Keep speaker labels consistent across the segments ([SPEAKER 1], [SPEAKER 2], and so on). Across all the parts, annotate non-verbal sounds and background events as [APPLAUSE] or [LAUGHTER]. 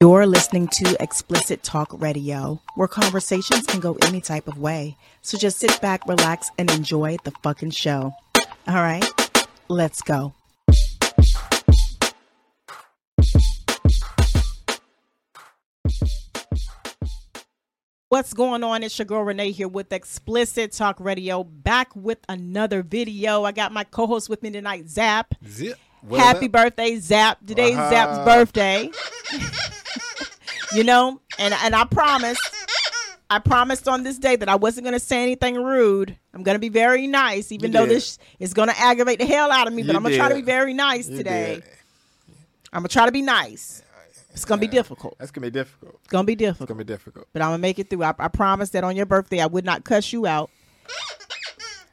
[SPEAKER 1] You're listening to Explicit Talk Radio, where conversations can go any type of way. So just sit back, relax, and enjoy the fucking show. All right, let's go. What's going on? It's your girl Renee here with Explicit Talk Radio, back with another video. I got my co host with me tonight, Zap.
[SPEAKER 2] Zip.
[SPEAKER 1] Happy birthday, Zap. Today's
[SPEAKER 2] Wow.
[SPEAKER 1] Zap's
[SPEAKER 2] [LAUGHS]
[SPEAKER 1] birthday. you know, and and I promised I promised on this day that I wasn't going to say anything rude. I'm going to be very nice even
[SPEAKER 2] You
[SPEAKER 1] though
[SPEAKER 2] did.
[SPEAKER 1] this is going to aggravate the hell out of me, but
[SPEAKER 2] You
[SPEAKER 1] I'm going to try to be
[SPEAKER 2] did.
[SPEAKER 1] very nice today. I'm going to try to be nice. It's going to be difficult.
[SPEAKER 2] That's gonna be difficult.
[SPEAKER 1] It's going to be
[SPEAKER 2] It's
[SPEAKER 1] difficult,
[SPEAKER 2] gonna be difficult.
[SPEAKER 1] but I'm going to make it through. I, I promise that on your birthday I would not cuss you out.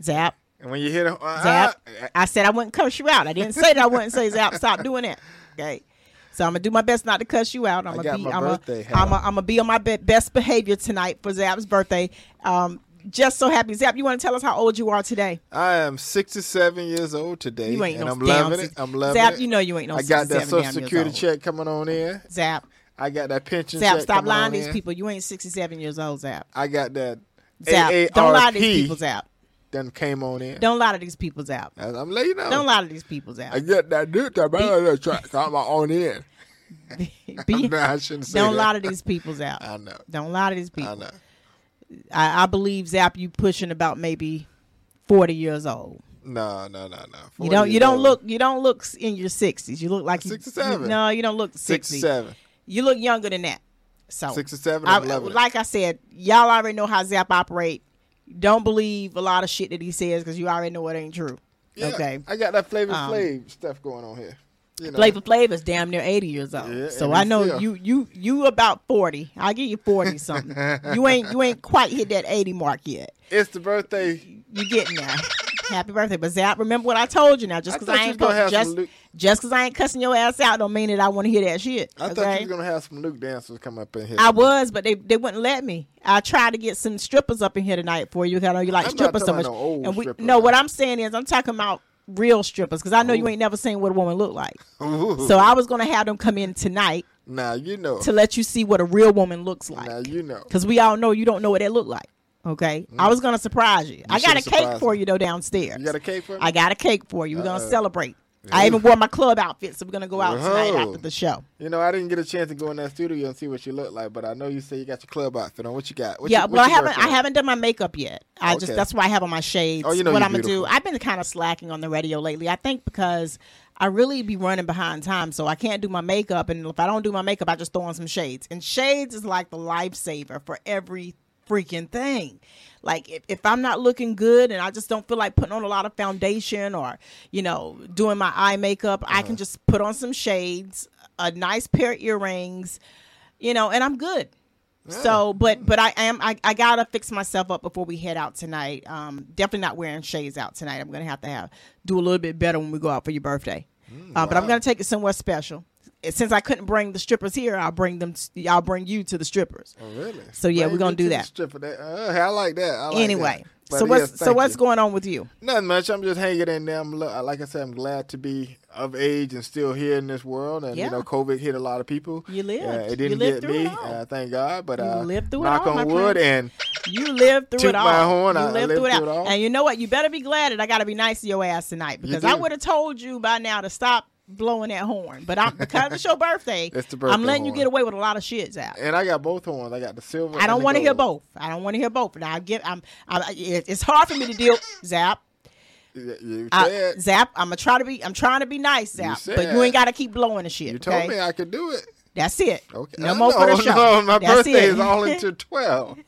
[SPEAKER 1] Zap.
[SPEAKER 2] And when you hear the uh,
[SPEAKER 1] Zap.
[SPEAKER 2] uh,
[SPEAKER 1] I said I wouldn't cuss you out. I didn't say that I wouldn't say Zap. Stop doing that. Okay. So I'm gonna do my best not to cuss you out. I'm gonna
[SPEAKER 2] I got
[SPEAKER 1] be.
[SPEAKER 2] my
[SPEAKER 1] I'm
[SPEAKER 2] birthday
[SPEAKER 1] gonna.
[SPEAKER 2] hat
[SPEAKER 1] I'm
[SPEAKER 2] on.
[SPEAKER 1] gonna be on my be- best behavior tonight for Zap's birthday. Um, just so happy, Zap. You want to tell us how old you are today?
[SPEAKER 2] I am 67 years old today,
[SPEAKER 1] You ain't
[SPEAKER 2] and
[SPEAKER 1] no
[SPEAKER 2] I'm
[SPEAKER 1] damn
[SPEAKER 2] loving it.
[SPEAKER 1] six-
[SPEAKER 2] I'm loving
[SPEAKER 1] Zap,
[SPEAKER 2] it.
[SPEAKER 1] you know you ain't no
[SPEAKER 2] I got that
[SPEAKER 1] 67
[SPEAKER 2] Social
[SPEAKER 1] damn years
[SPEAKER 2] Security
[SPEAKER 1] old.
[SPEAKER 2] check coming on in.
[SPEAKER 1] Zap.
[SPEAKER 2] I got that pension
[SPEAKER 1] Zap.
[SPEAKER 2] check.
[SPEAKER 1] Stop
[SPEAKER 2] coming
[SPEAKER 1] lying
[SPEAKER 2] on
[SPEAKER 1] to these
[SPEAKER 2] in.
[SPEAKER 1] people. You ain't 67 years old, Zap.
[SPEAKER 2] I got that.
[SPEAKER 1] Zap.
[SPEAKER 2] AARP
[SPEAKER 1] Don't lie to these people, Zap.
[SPEAKER 2] Then came on in.
[SPEAKER 1] Don't lie to these people, Zap.
[SPEAKER 2] As I'm letting you know.
[SPEAKER 1] Don't lie to these people,
[SPEAKER 2] I
[SPEAKER 1] Zap.
[SPEAKER 2] got that new that check coming on in.
[SPEAKER 1] [LAUGHS]
[SPEAKER 2] [LAUGHS]
[SPEAKER 1] Be-
[SPEAKER 2] No, I shouldn't say
[SPEAKER 1] don't
[SPEAKER 2] that.
[SPEAKER 1] lie to these people, Zap.
[SPEAKER 2] I know.
[SPEAKER 1] Don't lie to these people.
[SPEAKER 2] I know.
[SPEAKER 1] I, I believe Zap, you pushing about maybe forty years old.
[SPEAKER 2] No, no, no, no.
[SPEAKER 1] You don't. You don't
[SPEAKER 2] 40
[SPEAKER 1] look. You don't look s- in your sixties. You look like you-
[SPEAKER 2] 67.
[SPEAKER 1] you- No, you don't look sixty.
[SPEAKER 2] 67.
[SPEAKER 1] You look younger than that. So
[SPEAKER 2] 67.
[SPEAKER 1] I,
[SPEAKER 2] I'm loving it.
[SPEAKER 1] like I said, y'all already know how Zap operate. Don't believe a lot of shit that he says because you already know it ain't true.
[SPEAKER 2] Yeah,
[SPEAKER 1] Okay.
[SPEAKER 2] I got that flavor
[SPEAKER 1] Um,
[SPEAKER 2] Flav stuff going on here. You know,
[SPEAKER 1] Flavor Flav is damn near eighty years old,
[SPEAKER 2] Yeah,
[SPEAKER 1] so
[SPEAKER 2] and
[SPEAKER 1] I
[SPEAKER 2] he
[SPEAKER 1] know
[SPEAKER 2] still-
[SPEAKER 1] you you you about forty. I give you forty
[SPEAKER 2] [LAUGHS]
[SPEAKER 1] something. you ain't you ain't quite hit that eighty mark yet.
[SPEAKER 2] It's the birthday.
[SPEAKER 1] you getting there. Happy birthday, but Zap, remember what I told you now. Just
[SPEAKER 2] I
[SPEAKER 1] because
[SPEAKER 2] thought
[SPEAKER 1] I,
[SPEAKER 2] you
[SPEAKER 1] ain't
[SPEAKER 2] was gonna
[SPEAKER 1] po-
[SPEAKER 2] have
[SPEAKER 1] just
[SPEAKER 2] some Luke-
[SPEAKER 1] just because I ain't cussing your ass out don't mean that I want to hear that shit.
[SPEAKER 2] I thought
[SPEAKER 1] okay?
[SPEAKER 2] you was gonna have some Luke dancers come up in here.
[SPEAKER 1] I was, but they, they wouldn't let me. I tried to get some strippers up in here tonight for you. 'cause I know you like
[SPEAKER 2] I'm not
[SPEAKER 1] strippers so
[SPEAKER 2] talking
[SPEAKER 1] much.
[SPEAKER 2] about no old
[SPEAKER 1] and we
[SPEAKER 2] stripper.
[SPEAKER 1] no, what I'm saying is I'm talking about real strippers because I know
[SPEAKER 2] Oh.
[SPEAKER 1] you ain't never seen what a woman look
[SPEAKER 2] [LAUGHS]
[SPEAKER 1] like. So I was gonna have them come in tonight
[SPEAKER 2] now you know.
[SPEAKER 1] to let you see what a real woman looks like.
[SPEAKER 2] Now you know.
[SPEAKER 1] Because we all know you don't know what that look like. Okay, I was gonna surprise you. I got a
[SPEAKER 2] should've
[SPEAKER 1] cake
[SPEAKER 2] surprised
[SPEAKER 1] for
[SPEAKER 2] me.
[SPEAKER 1] you though downstairs.
[SPEAKER 2] You got a cake for me?
[SPEAKER 1] I got a cake for you. We're gonna celebrate. I even wore my club outfit, so we're gonna go out tonight
[SPEAKER 2] Whoa.
[SPEAKER 1] after the show.
[SPEAKER 2] You know, I didn't get a chance to go in that studio and see what you look like, but I know you say you got your club outfit on. What you got? What
[SPEAKER 1] yeah,
[SPEAKER 2] you,
[SPEAKER 1] well,
[SPEAKER 2] what
[SPEAKER 1] I
[SPEAKER 2] you
[SPEAKER 1] haven't
[SPEAKER 2] working
[SPEAKER 1] I
[SPEAKER 2] on?
[SPEAKER 1] haven't done my makeup yet. I just
[SPEAKER 2] Okay.
[SPEAKER 1] that's why I have on my shades.
[SPEAKER 2] Oh, you know
[SPEAKER 1] what
[SPEAKER 2] you're
[SPEAKER 1] I'm gonna do?
[SPEAKER 2] beautiful.
[SPEAKER 1] I've been kind of slacking on the radio lately. I think because I really be running behind time, so I can't do my makeup. And if I don't do my makeup, I just throw on some shades. And shades is like the lifesaver for every freaking thing. Like if, if I'm not looking good and I just don't feel like putting on a lot of foundation or you know doing my eye makeup, I
[SPEAKER 2] Uh-huh.
[SPEAKER 1] can just put on some shades, a nice pair of earrings, you know, and I'm good. So, but but I am I, I gotta fix myself up before we head out tonight. Um, definitely not wearing shades out tonight. I'm gonna have to have do a little bit better when we go out for your birthday.
[SPEAKER 2] Mm,
[SPEAKER 1] uh, but I'm gonna take it somewhere special. Eh, Since I couldn't bring the strippers here, I'll bring them. t- I'll bring you to the strippers.
[SPEAKER 2] Oh, really?
[SPEAKER 1] So, yeah,
[SPEAKER 2] Bring
[SPEAKER 1] we're gonna
[SPEAKER 2] me
[SPEAKER 1] do
[SPEAKER 2] to the
[SPEAKER 1] that.
[SPEAKER 2] stripper. That- uh, I like that. I like
[SPEAKER 1] anyway,
[SPEAKER 2] that. But
[SPEAKER 1] so what's
[SPEAKER 2] yes,
[SPEAKER 1] so
[SPEAKER 2] thank
[SPEAKER 1] what's
[SPEAKER 2] you.
[SPEAKER 1] going on with you?
[SPEAKER 2] Nothing much. I'm just hanging in there. I'm, lo- like I said, I'm glad to be of age and still here in this world. And
[SPEAKER 1] Yeah.
[SPEAKER 2] you know, COVID hit a lot of people.
[SPEAKER 1] You lived.
[SPEAKER 2] Yeah, it
[SPEAKER 1] You
[SPEAKER 2] didn't
[SPEAKER 1] lived
[SPEAKER 2] get
[SPEAKER 1] through it
[SPEAKER 2] me.
[SPEAKER 1] all.
[SPEAKER 2] Uh, thank God. But
[SPEAKER 1] You
[SPEAKER 2] uh,
[SPEAKER 1] lived through it
[SPEAKER 2] knock
[SPEAKER 1] all, my
[SPEAKER 2] on wood. And
[SPEAKER 1] You lived through
[SPEAKER 2] Toot
[SPEAKER 1] it all.
[SPEAKER 2] my horn,
[SPEAKER 1] you
[SPEAKER 2] I- I
[SPEAKER 1] lived
[SPEAKER 2] lived
[SPEAKER 1] through it,
[SPEAKER 2] through it
[SPEAKER 1] all.
[SPEAKER 2] all.
[SPEAKER 1] And you know what? You better be glad that I got to be nice to your ass tonight because I
[SPEAKER 2] do.
[SPEAKER 1] would have told you by now to stop blowing that horn. But I'm because it's
[SPEAKER 2] [LAUGHS]
[SPEAKER 1] your birthday.
[SPEAKER 2] It's the
[SPEAKER 1] I'm
[SPEAKER 2] birthday
[SPEAKER 1] letting you
[SPEAKER 2] horn.
[SPEAKER 1] get away with a lot of shit, out.
[SPEAKER 2] and I got both horns. I got the silver.
[SPEAKER 1] I don't
[SPEAKER 2] want to
[SPEAKER 1] hear both. I don't want to hear both. Now I get. I'm. I, it- it's hard for me to deal. Zap.
[SPEAKER 2] You, you
[SPEAKER 1] I-
[SPEAKER 2] said
[SPEAKER 1] zap. I'm gonna try to be. I'm trying to be nice, Zap. but you
[SPEAKER 2] said-
[SPEAKER 1] ain't gotta keep blowing the shit.
[SPEAKER 2] you told
[SPEAKER 1] okay?
[SPEAKER 2] me I could do it.
[SPEAKER 1] That's it.
[SPEAKER 2] Okay.
[SPEAKER 1] No
[SPEAKER 2] I
[SPEAKER 1] more for
[SPEAKER 2] know,
[SPEAKER 1] the show.
[SPEAKER 2] [LAUGHS] No, my
[SPEAKER 1] That's
[SPEAKER 2] birthday
[SPEAKER 1] it.
[SPEAKER 2] is
[SPEAKER 1] [LAUGHS]
[SPEAKER 2] all into twelve.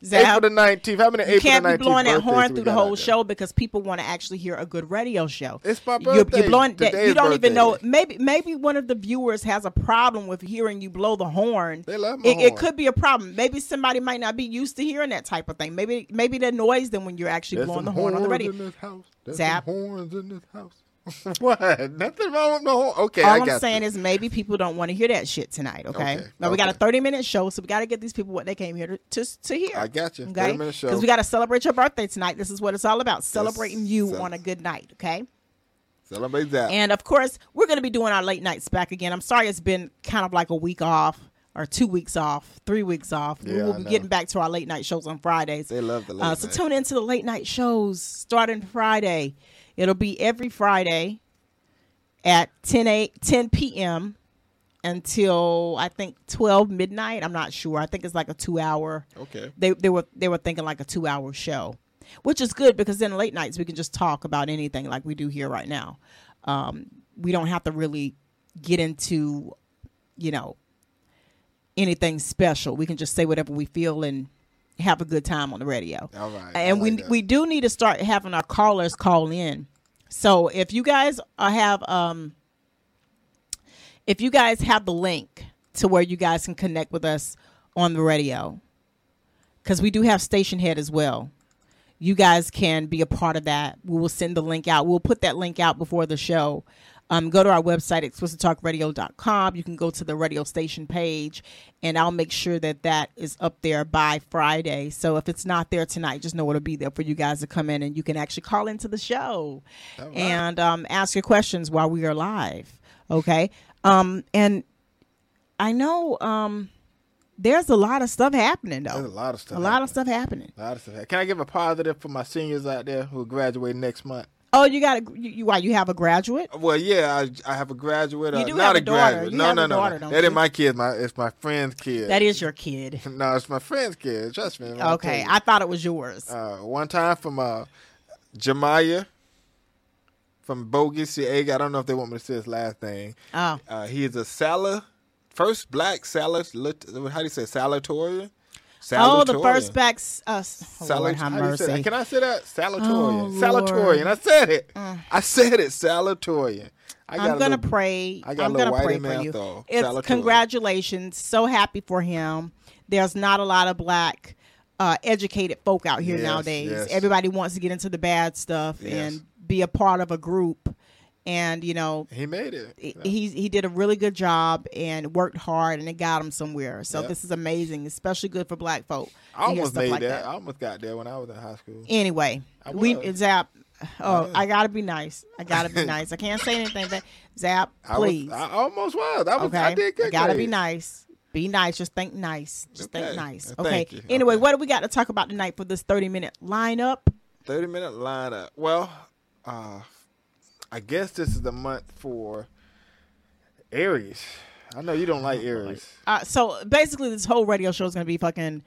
[SPEAKER 2] April
[SPEAKER 1] Zap.
[SPEAKER 2] the nineteenth. How many
[SPEAKER 1] You
[SPEAKER 2] April
[SPEAKER 1] can't
[SPEAKER 2] the
[SPEAKER 1] be
[SPEAKER 2] 19th
[SPEAKER 1] blowing that
[SPEAKER 2] birthdays
[SPEAKER 1] horn
[SPEAKER 2] we
[SPEAKER 1] through the
[SPEAKER 2] got
[SPEAKER 1] whole
[SPEAKER 2] out there?
[SPEAKER 1] show because people want to actually hear a good radio show.
[SPEAKER 2] It's my
[SPEAKER 1] You're- You're,
[SPEAKER 2] birthday.
[SPEAKER 1] blowing that.
[SPEAKER 2] Today's
[SPEAKER 1] You don't even
[SPEAKER 2] birthday.
[SPEAKER 1] know. Maybe maybe one of the viewers has a problem with hearing you blow the horn.
[SPEAKER 2] They love my
[SPEAKER 1] it, it
[SPEAKER 2] horn.
[SPEAKER 1] could be a problem. Maybe somebody might not be used to hearing that type of thing. Maybe maybe that annoys them when you're actually
[SPEAKER 2] There's
[SPEAKER 1] blowing
[SPEAKER 2] some
[SPEAKER 1] the horn on the
[SPEAKER 2] horns
[SPEAKER 1] radio.
[SPEAKER 2] In this house. There's
[SPEAKER 1] Zap.
[SPEAKER 2] Some horns in this house. [LAUGHS] what? Nothing wrong with no horn. Okay,
[SPEAKER 1] All
[SPEAKER 2] I got
[SPEAKER 1] I'm saying
[SPEAKER 2] you.
[SPEAKER 1] is maybe people don't want to hear that shit tonight. Okay.
[SPEAKER 2] Okay,
[SPEAKER 1] Now we got a
[SPEAKER 2] okay.
[SPEAKER 1] 30 minute show, so we got to get these people what they came here to to, to hear.
[SPEAKER 2] I got you. 30 minute show.
[SPEAKER 1] Because we got to celebrate your birthday tonight. This is what it's all about. Celebrating you
[SPEAKER 2] so-
[SPEAKER 1] on a good night. Okay.
[SPEAKER 2] Celebrate that.
[SPEAKER 1] And of course, we're going to be doing our late nights back again. I'm sorry it's been kind of like a week off or two weeks off, three weeks off. we
[SPEAKER 2] Yeah,
[SPEAKER 1] will
[SPEAKER 2] I
[SPEAKER 1] be
[SPEAKER 2] know.
[SPEAKER 1] getting back to our late night shows on Fridays.
[SPEAKER 2] They love the late
[SPEAKER 1] uh, so
[SPEAKER 2] night.
[SPEAKER 1] tune into the late night shows starting Friday. It'll be every Friday at 10 8, 10 p.m. until I think 12 midnight. I'm not sure. I think it's like a two hour
[SPEAKER 2] okay.
[SPEAKER 1] they they were they were thinking like a two hour show, which is good because then late nights we can just talk about anything like we do here right now. Um, we don't have to really get into, you know, anything special. We can just say whatever we feel and have a good time on the radio.
[SPEAKER 2] All right. I
[SPEAKER 1] And we
[SPEAKER 2] like that.
[SPEAKER 1] we do need to start having our callers call in. So if you guys uh, have um if you guys have the link to where you guys can connect with us on the radio cuz we do have station head as well. You guys can be a part of that. We will send the link out. We'll put that link out before the show. Um, go to our website, explicittalkradio.com. You can go to the radio station page, and I'll make sure that that is up there by Friday. So if it's not there tonight, just know it'll be there for you guys to come in, and you can actually call into the show
[SPEAKER 2] All right.
[SPEAKER 1] and um, ask your questions while we are live. Okay. Um, and I know um, there's a lot of stuff happening, though.
[SPEAKER 2] There's a lot of stuff.
[SPEAKER 1] a lot of stuff happening.
[SPEAKER 2] A lot of stuff. Can I give a positive for my seniors out there who graduate next month?
[SPEAKER 1] Oh, you got a, you, you why you have a graduate?
[SPEAKER 2] Well, yeah, I, I have a graduate.
[SPEAKER 1] You
[SPEAKER 2] uh,
[SPEAKER 1] do
[SPEAKER 2] not
[SPEAKER 1] have a
[SPEAKER 2] a
[SPEAKER 1] daughter.
[SPEAKER 2] graduate.
[SPEAKER 1] You
[SPEAKER 2] no,
[SPEAKER 1] have
[SPEAKER 2] no,
[SPEAKER 1] a
[SPEAKER 2] no,
[SPEAKER 1] daughter,
[SPEAKER 2] no.
[SPEAKER 1] don't
[SPEAKER 2] That
[SPEAKER 1] you?
[SPEAKER 2] ain't my kid. My it's my friend's kid.
[SPEAKER 1] That is your
[SPEAKER 2] [LAUGHS]
[SPEAKER 1] kid.
[SPEAKER 2] no, it's my friend's kid. Trust me. I'm gonna
[SPEAKER 1] Okay,
[SPEAKER 2] tell
[SPEAKER 1] I thought it was yours.
[SPEAKER 2] you. uh, one time from uh, Jemiah from Bogey Ciega. I don't know if they want me to say his last name.
[SPEAKER 1] Oh,
[SPEAKER 2] Uh, he is a Sala, first black Sala. How do you say Salatorian?
[SPEAKER 1] oh, the
[SPEAKER 2] Salatorian.
[SPEAKER 1] first back. s- Uh, s- oh, Lord,
[SPEAKER 2] Salut-
[SPEAKER 1] have
[SPEAKER 2] how do you say that?
[SPEAKER 1] mercy.
[SPEAKER 2] Can I say that? Salatorian.
[SPEAKER 1] Oh, Mm.
[SPEAKER 2] Salatorian. I said it. I said it. Salatorian. I got
[SPEAKER 1] I'm
[SPEAKER 2] a
[SPEAKER 1] gonna
[SPEAKER 2] little-
[SPEAKER 1] pray.
[SPEAKER 2] I got a
[SPEAKER 1] am
[SPEAKER 2] little
[SPEAKER 1] gonna pray
[SPEAKER 2] whitey
[SPEAKER 1] for
[SPEAKER 2] mouth,
[SPEAKER 1] you.
[SPEAKER 2] though.
[SPEAKER 1] It's
[SPEAKER 2] Salvatore.
[SPEAKER 1] congratulations. So happy for him. There's not a lot of black uh, educated folk out here
[SPEAKER 2] Yes,
[SPEAKER 1] nowadays.
[SPEAKER 2] yes.
[SPEAKER 1] Everybody wants to get into the bad stuff
[SPEAKER 2] Yes.
[SPEAKER 1] and be a part of a group. And you know,
[SPEAKER 2] [LAUGHS] He made it.
[SPEAKER 1] he he did a really good job and worked hard and it got him somewhere. So
[SPEAKER 2] Yeah.
[SPEAKER 1] this is amazing, especially good for black folk. to
[SPEAKER 2] I
[SPEAKER 1] hear
[SPEAKER 2] almost
[SPEAKER 1] stuff
[SPEAKER 2] made
[SPEAKER 1] like E,
[SPEAKER 2] that. I almost got there when I was in high school.
[SPEAKER 1] Anyway,
[SPEAKER 2] I
[SPEAKER 1] we
[SPEAKER 2] was.
[SPEAKER 1] Zap. Oh,
[SPEAKER 2] was.
[SPEAKER 1] I gotta be nice. I gotta
[SPEAKER 2] [LAUGHS]
[SPEAKER 1] be nice. I can't say anything, but Zap,
[SPEAKER 2] I
[SPEAKER 1] please.
[SPEAKER 2] was. I almost was. I was.
[SPEAKER 1] okay,
[SPEAKER 2] I did good.
[SPEAKER 1] gotta be
[SPEAKER 2] grades.
[SPEAKER 1] nice. Be nice. Just think nice. Just
[SPEAKER 2] Okay.
[SPEAKER 1] think nice.
[SPEAKER 2] Thank
[SPEAKER 1] Okay.
[SPEAKER 2] you.
[SPEAKER 1] Anyway,
[SPEAKER 2] Okay.
[SPEAKER 1] what do we got to talk about tonight for this thirty-minute lineup?
[SPEAKER 2] Thirty minute lineup. Well, uh, I guess this is the month for Aries. I know you don't like Aries.
[SPEAKER 1] Uh, so basically, this whole radio show is gonna be fucking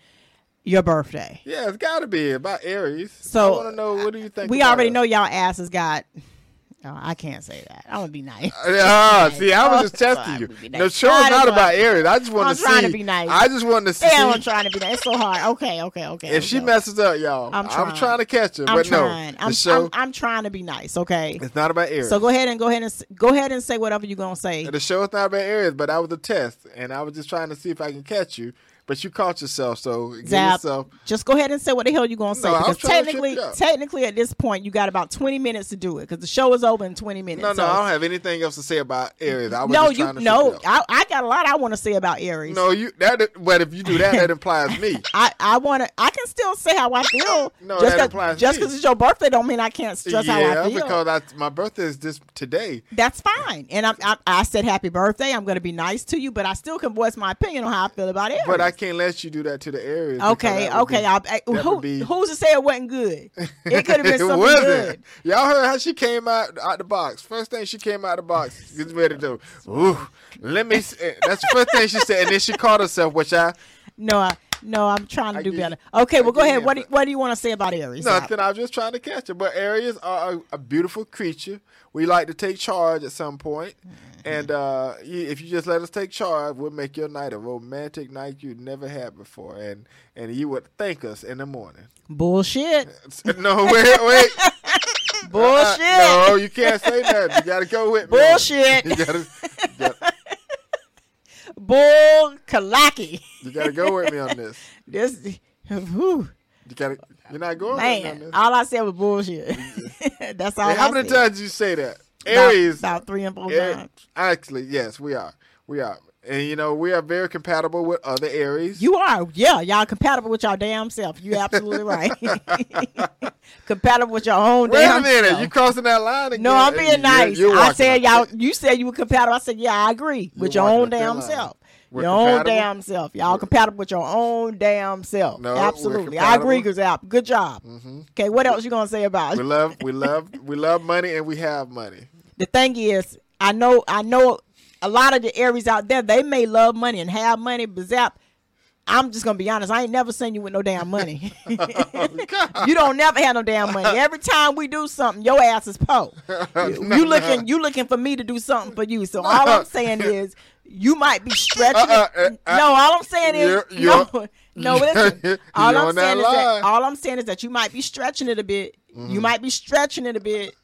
[SPEAKER 1] your birthday.
[SPEAKER 2] Yeah, it's got to be about Aries.
[SPEAKER 1] So,
[SPEAKER 2] I want to know what do you think?
[SPEAKER 1] We
[SPEAKER 2] about
[SPEAKER 1] already
[SPEAKER 2] it?
[SPEAKER 1] know y'all asses got. Oh, I can't say that. I'm gonna be nice.
[SPEAKER 2] Ah, see, I was just
[SPEAKER 1] Sorry,
[SPEAKER 2] testing
[SPEAKER 1] we
[SPEAKER 2] you.
[SPEAKER 1] be
[SPEAKER 2] No,
[SPEAKER 1] nice.
[SPEAKER 2] show's
[SPEAKER 1] Try to
[SPEAKER 2] not
[SPEAKER 1] be
[SPEAKER 2] about
[SPEAKER 1] nice.
[SPEAKER 2] Aaron. I just want
[SPEAKER 1] I'm
[SPEAKER 2] to see.
[SPEAKER 1] trying to be nice.
[SPEAKER 2] I just want to see
[SPEAKER 1] [LAUGHS] Damn, I'm trying to be nice. It's so hard. Okay, okay, okay.
[SPEAKER 2] if she
[SPEAKER 1] okay.
[SPEAKER 2] messes up, y'all.
[SPEAKER 1] I'm
[SPEAKER 2] I'm
[SPEAKER 1] trying.
[SPEAKER 2] trying, to catch her,
[SPEAKER 1] I'm
[SPEAKER 2] but
[SPEAKER 1] trying.
[SPEAKER 2] no,
[SPEAKER 1] I'm,
[SPEAKER 2] the show
[SPEAKER 1] I'm I'm trying to be nice. Okay.
[SPEAKER 2] it's not about Aaron.
[SPEAKER 1] So go ahead and go ahead and s- go ahead and say whatever you're gonna say.
[SPEAKER 2] the show is not about Aaron, but I was a test, and I was just trying to see if I can catch you. But you caught yourself, so give
[SPEAKER 1] Zap.
[SPEAKER 2] yourself.
[SPEAKER 1] Just go ahead and say what the hell you're gonna say.
[SPEAKER 2] No, I'm
[SPEAKER 1] because
[SPEAKER 2] trying to trip
[SPEAKER 1] technically,
[SPEAKER 2] you up.
[SPEAKER 1] technically at this point, you got about 20 minutes to do it because the show is over in 20 minutes.
[SPEAKER 2] No, no,
[SPEAKER 1] so-
[SPEAKER 2] I don't have anything else to say about Aries. I was
[SPEAKER 1] no,
[SPEAKER 2] just
[SPEAKER 1] you
[SPEAKER 2] trying to
[SPEAKER 1] no.
[SPEAKER 2] trip you up.
[SPEAKER 1] I, I got a lot I want to say about Aries.
[SPEAKER 2] no, you that. But if you do that, that implies me.
[SPEAKER 1] [LAUGHS] I, I want to. I can still say how I feel.
[SPEAKER 2] No,
[SPEAKER 1] just
[SPEAKER 2] that
[SPEAKER 1] cause,
[SPEAKER 2] implies
[SPEAKER 1] just
[SPEAKER 2] me.
[SPEAKER 1] because it's your birthday don't mean I can't stress
[SPEAKER 2] yeah,
[SPEAKER 1] how I feel.
[SPEAKER 2] because I, my birthday is this today.
[SPEAKER 1] That's fine, and I, I I said happy birthday. I'm going to be nice to you, but I still can voice my opinion on how I feel about Aries.
[SPEAKER 2] But I can't let you do that to the Aries. because
[SPEAKER 1] Okay,
[SPEAKER 2] that would
[SPEAKER 1] okay.
[SPEAKER 2] be-
[SPEAKER 1] I, I-
[SPEAKER 2] would
[SPEAKER 1] who,
[SPEAKER 2] be-
[SPEAKER 1] Who's to say it wasn't good? It could have
[SPEAKER 2] [LAUGHS]
[SPEAKER 1] been something good.
[SPEAKER 2] Y'all heard how she came out out the box. First thing she came out the box, gets ready to do. Ooh, let me. s-" eh, That's the first thing she said, and then she called herself, which I
[SPEAKER 1] No, I, no, I'm trying to
[SPEAKER 2] I
[SPEAKER 1] do
[SPEAKER 2] give-
[SPEAKER 1] better. Okay, well,
[SPEAKER 2] I
[SPEAKER 1] go
[SPEAKER 2] give
[SPEAKER 1] ahead.
[SPEAKER 2] you
[SPEAKER 1] What do,
[SPEAKER 2] a-
[SPEAKER 1] what do you want to say about Aries? Zap?
[SPEAKER 2] nothing. I was just trying to catch her. But Aries are a, a beautiful creature. We like to take charge at some point,
[SPEAKER 1] Mm-hmm.
[SPEAKER 2] and uh, you, if you just let us take charge, we'll make your night a romantic night you never had before, and and you would thank us in the morning.
[SPEAKER 1] Bullshit.
[SPEAKER 2] Uh, No, [LAUGHS] wait, wait.
[SPEAKER 1] Bullshit.
[SPEAKER 2] Uh, no, you can't say that. You gotta go with me.
[SPEAKER 1] Bullshit.
[SPEAKER 2] You gotta, you gotta,
[SPEAKER 1] Bull kalaki. [LAUGHS]
[SPEAKER 2] you gotta go with me on this.
[SPEAKER 1] This, whew,
[SPEAKER 2] You gotta. You're not going with me
[SPEAKER 1] man.
[SPEAKER 2] on this.
[SPEAKER 1] All I said was bullshit. [LAUGHS] That's all.
[SPEAKER 2] Hey, how
[SPEAKER 1] I
[SPEAKER 2] many
[SPEAKER 1] said.
[SPEAKER 2] times you say that?
[SPEAKER 1] About-
[SPEAKER 2] Aries. eh,
[SPEAKER 1] About, three and four
[SPEAKER 2] Aries-
[SPEAKER 1] times.
[SPEAKER 2] actually, yes, we are. We are. And you know, we are very compatible with other Aries.
[SPEAKER 1] You are, yeah, y'all compatible with y'all damn self. You absolutely right. [LAUGHS] compatible with your own
[SPEAKER 2] Wait a
[SPEAKER 1] damn
[SPEAKER 2] minute,
[SPEAKER 1] self.
[SPEAKER 2] you crossing that line again.
[SPEAKER 1] no, I'm being
[SPEAKER 2] You're-
[SPEAKER 1] nice.
[SPEAKER 2] you're
[SPEAKER 1] I
[SPEAKER 2] walking
[SPEAKER 1] said
[SPEAKER 2] a
[SPEAKER 1] y'all.
[SPEAKER 2] thin-
[SPEAKER 1] You said you were compatible. I said, yeah, I agree with
[SPEAKER 2] You're
[SPEAKER 1] your
[SPEAKER 2] walking
[SPEAKER 1] own
[SPEAKER 2] a thin
[SPEAKER 1] damn
[SPEAKER 2] line.
[SPEAKER 1] self.
[SPEAKER 2] We're
[SPEAKER 1] your own
[SPEAKER 2] compatible?
[SPEAKER 1] damn self. Y'all compatible with your own damn self.
[SPEAKER 2] No, we're
[SPEAKER 1] absolutely. I agree,
[SPEAKER 2] compatible. Mm-hmm.
[SPEAKER 1] Gazap. Good job. Okay, what else you gonna say about
[SPEAKER 2] We
[SPEAKER 1] it?
[SPEAKER 2] love, we love, we love money, and we
[SPEAKER 1] [LAUGHS]
[SPEAKER 2] have money.
[SPEAKER 1] the thing is, I know, I know, a lot of the Aries out there, they may love money and have money, but Zap, I'm just gonna be honest. I ain't never seen you with no damn money. [LAUGHS] you don't never have no damn money. Every time we do something, your ass is
[SPEAKER 2] [LAUGHS]
[SPEAKER 1] po. You, you looking, you looking for me to do something for you. So all I'm saying is, you might be stretching.
[SPEAKER 2] Uh-uh,
[SPEAKER 1] it.
[SPEAKER 2] uh, uh,
[SPEAKER 1] no, all I'm saying is,
[SPEAKER 2] you're- you're-
[SPEAKER 1] no, [LAUGHS] no. Listen,
[SPEAKER 2] [LAUGHS] you're
[SPEAKER 1] all I'm
[SPEAKER 2] on that
[SPEAKER 1] saying is that
[SPEAKER 2] line. Mm-hmm.
[SPEAKER 1] all I'm saying is that you might be stretching it a bit. You might be stretching it a bit.